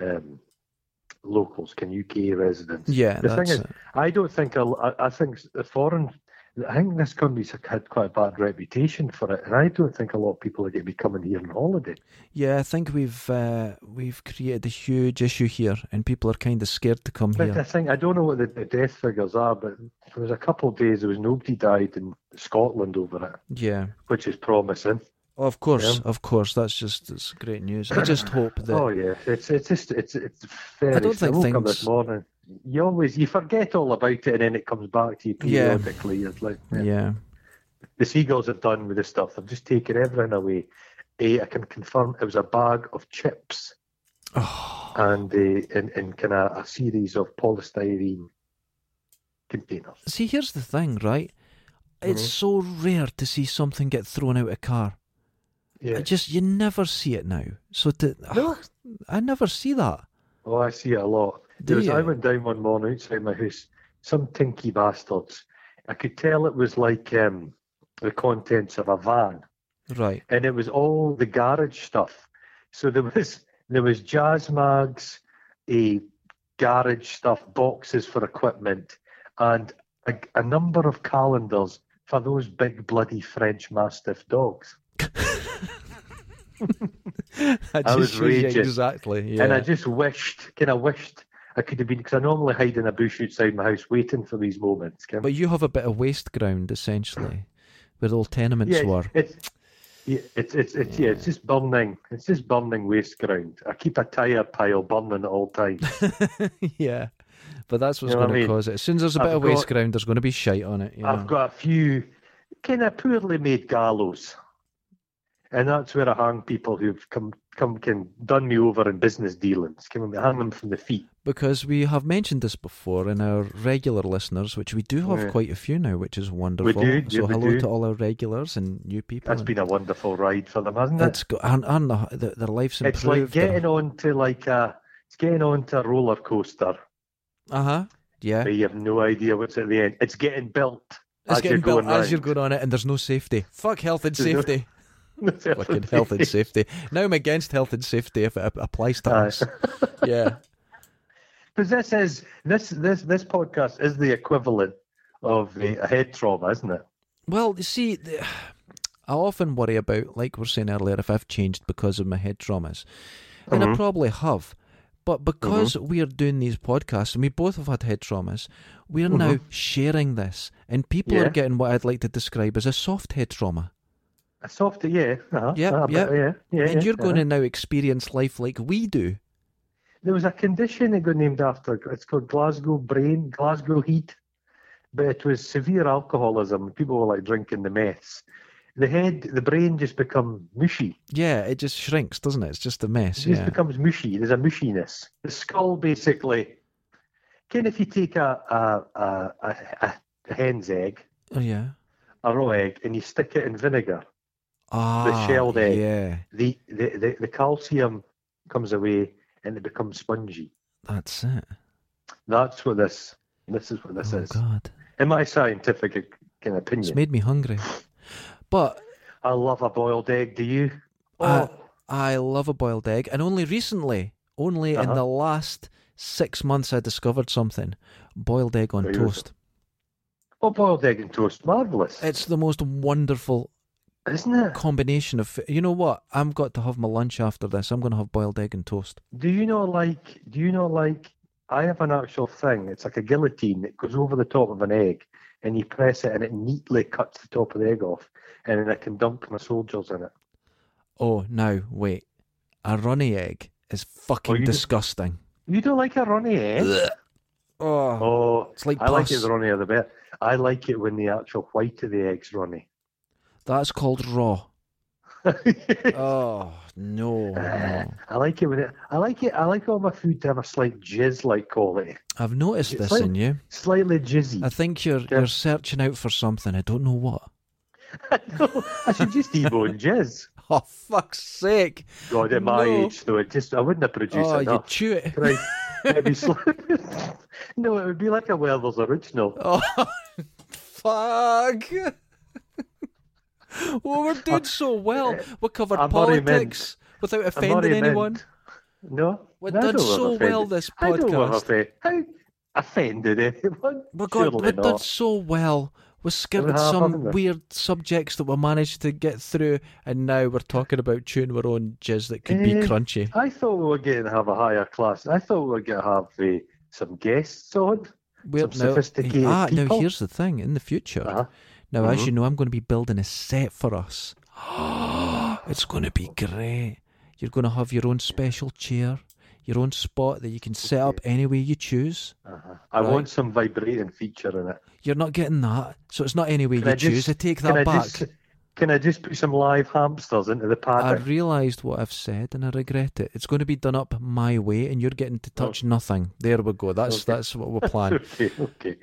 S2: um, locals, can UK residents.
S1: yeah,
S2: The thing
S1: that's
S2: is,
S1: it.
S2: I don't think I'll- I, I think the foreign. I think this country's had quite a bad reputation for it, and I don't think a lot of people are going to be coming here on holiday.
S1: Yeah, I think we've uh, we've created a huge issue here, and people are kind of scared to come
S2: But I
S1: here.
S2: think I don't know what the, the death figures are, but there was a couple of days there was nobody died in Scotland over it,
S1: Yeah,
S2: which is promising.
S1: of course, of course. That's just it's great news.
S2: [COUGHS]
S1: I just hope that
S2: Oh yeah, it's it's just it's it's very.
S1: don't think
S2: I woke up
S1: things-
S2: this morning. You always you forget all about it, and then it comes back to you
S1: Yeah.
S2: periodically. It's like
S1: yeah.
S2: the seagulls are done with this stuff. They've just taken everything away. Eh, I can confirm it was a bag of chips
S1: Oh,
S2: and uh, and, and kind of a series of polystyrene containers.
S1: see, here's the thing, right? It's
S2: Mhm.
S1: so rare to see something get thrown out of a car.
S2: Yeah.
S1: I just you never see it now. So to
S2: No.
S1: [SIGHS] I never see that.
S2: Oh, I see it a lot.
S1: Do
S2: There was, I
S1: you?
S2: went down one morning outside my house, some tinky bastards. I could tell it was like um, the contents of a van.
S1: Right.
S2: and it was all the garage stuff. So there was there was jazz mags, a garage stuff, boxes for equipment, and a, a number of calendars for those big bloody French Mastiff dogs.
S1: [LAUGHS] I
S2: I was
S1: just shows you
S2: raging.
S1: exactly. Yeah.
S2: And I just wished, kind of wished I could have been, because I normally hide in a bush outside my house waiting for these moments. Ken.
S1: but you have a bit of waste ground essentially, where the old tenements
S2: yeah, [LAUGHS]
S1: were.
S2: It's, yeah, it's it's it's yeah, it's just burning. It's just burning waste ground. I keep a tyre pile burning at all times.
S1: yeah. But that's what's
S2: You know what I
S1: going to
S2: mean?
S1: cause it. As soon as there's a bit
S2: I've
S1: of waste
S2: got-
S1: ground, there's going to be shite on it. You know?
S2: I've got a few kind of poorly made gallows, and that's where I hang people who've come come can done me over in business dealings. Can hang them from the feet.
S1: because we have mentioned this before in our regular listeners, which we do have
S2: Yeah.
S1: quite a few now, which is wonderful.
S2: do, yeah,
S1: so
S2: we
S1: hello
S2: do.
S1: to all our regulars and new people.
S2: That's
S1: and
S2: been a wonderful ride for them, hasn't it?
S1: it's go- and, and the, the, their life's
S2: It's
S1: improved.
S2: like getting on to like a it's getting on to a roller coaster
S1: Uh huh. Yeah.
S2: where you have no idea what's at the end. It's getting built. [LAUGHS]
S1: It's
S2: as
S1: getting
S2: you're
S1: built
S2: going
S1: as
S2: round.
S1: you're going on it, and there's no safety. Fuck health and
S2: [LAUGHS] There's no-
S1: safety. Fucking health and safety. Now I'm against health and safety if it ap- applies to
S2: [LAUGHS] Aye.
S1: us. Yeah.
S2: Because this is this this this podcast is the equivalent of the a head trauma, isn't it?
S1: Well, you see, the- I often worry about, like we were saying earlier, if I've changed because of my head traumas. And I
S2: Mhm.
S1: probably have. But because
S2: Mm-hmm.
S1: we are doing these podcasts and we both have had head traumas, we are now sharing this. And people are
S2: Mm-hmm. Yeah.
S1: getting what I'd like to describe as a soft head trauma.
S2: A soft, yeah, uh-huh,
S1: Yep,
S2: uh,
S1: yep.
S2: yeah, yeah.
S1: and
S2: yeah,
S1: you're going
S2: uh-huh.
S1: to now experience life like we do.
S2: There was a condition that got named after. It's called Glasgow brain, Glasgow heat, but it was severe alcoholism. People were like drinking the mess. The head, the brain just become mushy.
S1: Yeah, it just shrinks, doesn't it? It's just a
S2: It
S1: mess.
S2: just
S1: yeah.
S2: becomes mushy. There's a mushiness. The skull basically, kind of if you take a a, a, a, a hen's egg,
S1: oh yeah.
S2: a raw egg, and you stick it in vinegar,
S1: Ah,
S2: shelled egg.
S1: Yeah,
S2: the the, the, the calcium comes away and it becomes spongy.
S1: that's it.
S2: That's what this this is what this
S1: oh
S2: is.
S1: God,
S2: In my scientific ac- kind of
S1: it's
S2: opinion,
S1: made me hungry. But
S2: I love a boiled egg. Do you?
S1: Uh,
S2: oh,
S1: I love a boiled egg, and only recently, only in
S2: Uh-huh.
S1: the last six months, I discovered something: boiled egg on
S2: Very good.
S1: toast.
S2: oh, boiled egg and toast, marvelous,
S1: It's the most wonderful
S2: isn't it?
S1: combination of. You know what? I'm got to have my lunch after this. I'm going to have boiled egg and toast.
S2: Do you not like? Do you not like? I have an actual thing. It's like a guillotine that goes over the top of an egg, and you press it, and it neatly cuts the top of the egg off, and then I can dunk my soldiers in it.
S1: Oh, now wait, a runny egg is fucking
S2: Oh, you-
S1: disgusting.
S2: You don't like a runny egg?
S1: Ugh. Oh,
S2: Oh,
S1: It's like
S2: I like it
S1: pus.
S2: the runny the bit. I like it when the actual white of the egg's runny. [LAUGHS]
S1: that's called raw. Oh no, no.
S2: Uh, I like it when it. I like it. I like all my food to have a slight jizz-like quality,
S1: I've noticed
S2: It's
S1: this
S2: like-
S1: in you.
S2: slightly jizzy.
S1: I think you're
S2: Yeah.
S1: you're searching out for something. I don't know what.
S2: [LAUGHS]
S1: [LAUGHS]
S2: I should just debone jizz.
S1: Oh fuck's sake!
S2: God, at my
S1: No.
S2: age, though, it just I wouldn't have produced
S1: oh, you
S2: enough.
S1: chew it. [LAUGHS]
S2: Right. Maybe sl- [LAUGHS] no, it would be like a Werther's original.
S1: Oh fuck! [LAUGHS] well, we're doing so well. We covered
S2: I'm already
S1: politics without
S2: I'm not
S1: offending
S2: even-
S1: anyone.
S2: No,
S1: We've
S2: no, I
S1: done
S2: don't
S1: so
S2: offend-
S1: well this
S2: I don't have
S1: podcast.
S2: offend- How offended anyone?
S1: We got,
S2: Surely
S1: we done
S2: not. eh?
S1: so well. We skirted
S2: have,
S1: some
S2: haven't we?
S1: weird subjects that we managed to get through, and now we're talking about chewing our own jizz that could be
S2: Eh,
S1: crunchy.
S2: I thought we were going to have a higher class. I thought we were going to have uh, some guests on.
S1: We're
S2: some sophisticated
S1: ah, now
S2: people.
S1: here's the thing. In the future,
S2: Uh-huh.
S1: Now, as you know, I'm going to be building a set for us. [GASPS] it's going to be great. You're going to have your own special chair, your own spot that you can set up any way you choose.
S2: Uh-huh. I
S1: Right.
S2: want some vibrating feature in it.
S1: You're not getting that, so it's not any way
S2: Can
S1: you
S2: I just-
S1: choose. I take
S2: Can
S1: that
S2: I
S1: back.
S2: just can I just put some live hamsters into the
S1: I
S2: paddock?
S1: realised what I've said and I regret it. It's going to be done up my way, and you're getting to touch nothing. There we go. That's
S2: Okay.
S1: that's what we're
S2: [LAUGHS]
S1: planning.
S2: [LAUGHS] okay, okay.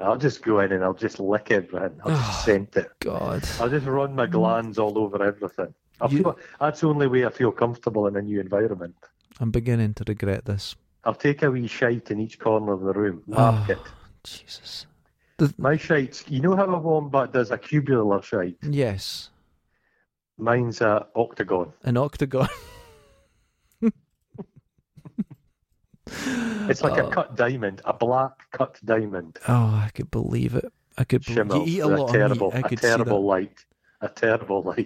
S2: I'll just go in and I'll just lick everything.
S1: [SIGHS]
S2: I'll just scent it.
S1: God,
S2: I'll just run my glands all over everything. I
S1: You-
S2: feel, that's the only way I feel comfortable in a new environment.
S1: I'm beginning to regret this.
S2: I'll take a wee shite in each corner of the
S1: [SIGHS]
S2: room.
S1: Oh,
S2: Mark it.
S1: Jesus. The,
S2: My shite's, you know how a wombat does a cubular shite?
S1: yes,
S2: Mine's a octagon.
S1: an octagon. [LAUGHS]
S2: It's like a cut diamond, a black cut diamond.
S1: Oh, I could believe it. I could believe you
S2: Shimmel.
S1: eat a
S2: with
S1: lot
S2: terrible,
S1: of meat. I could
S2: a terrible light. A terrible light.
S1: see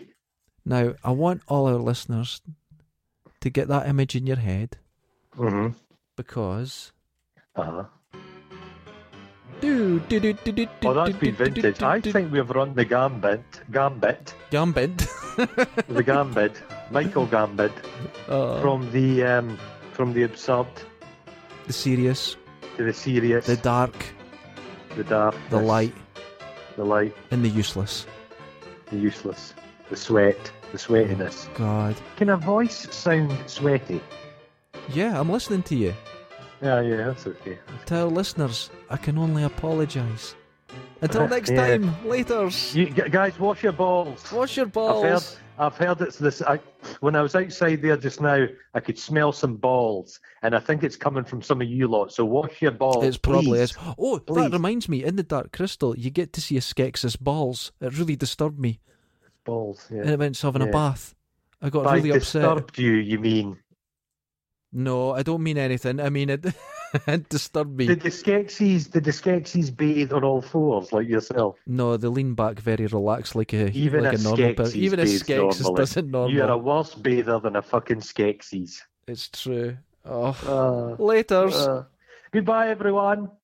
S1: that. Now, I want all our listeners to get that image in your head
S2: hmm
S1: because.
S2: Uh-huh.
S1: Do, do, do, do, do,
S2: Well,
S1: do,
S2: Oh, that's
S1: do,
S2: been
S1: do, do,
S2: vintage.
S1: do,
S2: I
S1: do.
S2: think we've run the gambit. Gambit.
S1: Gambit.
S2: The gambit. Michael Gambit.
S1: [LAUGHS] Oh,
S2: From the um, from the absurd
S1: the serious,
S2: to the serious,
S1: the
S2: the,
S1: dark,
S2: dark,
S1: the light,
S2: the light,
S1: and the useless.
S2: the useless, the sweat, the sweatiness.
S1: God.
S2: Can a voice sound sweaty?
S1: Yeah, I'm listening to you.
S2: Yeah, yeah, that's okay.
S1: To our listeners, I can only apologise. Until next
S2: Yeah.
S1: time, later.
S2: You, gu- guys, wash your balls.
S1: Wash your
S2: I've
S1: balls.
S2: heard, I've heard it's this. I, when I was outside there just now, I could smell some balls, and I think it's coming from some of you lot. So wash your balls.
S1: It's probably
S2: please.
S1: is. Oh,
S2: Please.
S1: that reminds me. In the Dark Crystal, you get to see a Skeksis balls. It really disturbed me,
S2: balls. Yeah.
S1: and it meant having a
S2: Yeah.
S1: bath. I got
S2: By
S1: really upset.
S2: disturbed you, you mean?
S1: No, I don't mean anything. I mean it. [LAUGHS] it disturbed me.
S2: Did the Skeksis, did the Skeksis bathe on all fours like yourself?
S1: No, they lean back very relaxed, like a
S2: Even
S1: like
S2: a
S1: a, normal
S2: Skeksis
S1: person. Even a
S2: bathes
S1: Skeksis
S2: normally.
S1: doesn't normal.
S2: You're a worse bather than a fucking Skeksis.
S1: It's true. Oh,
S2: Uh,
S1: later's.
S2: uh, goodbye, everyone.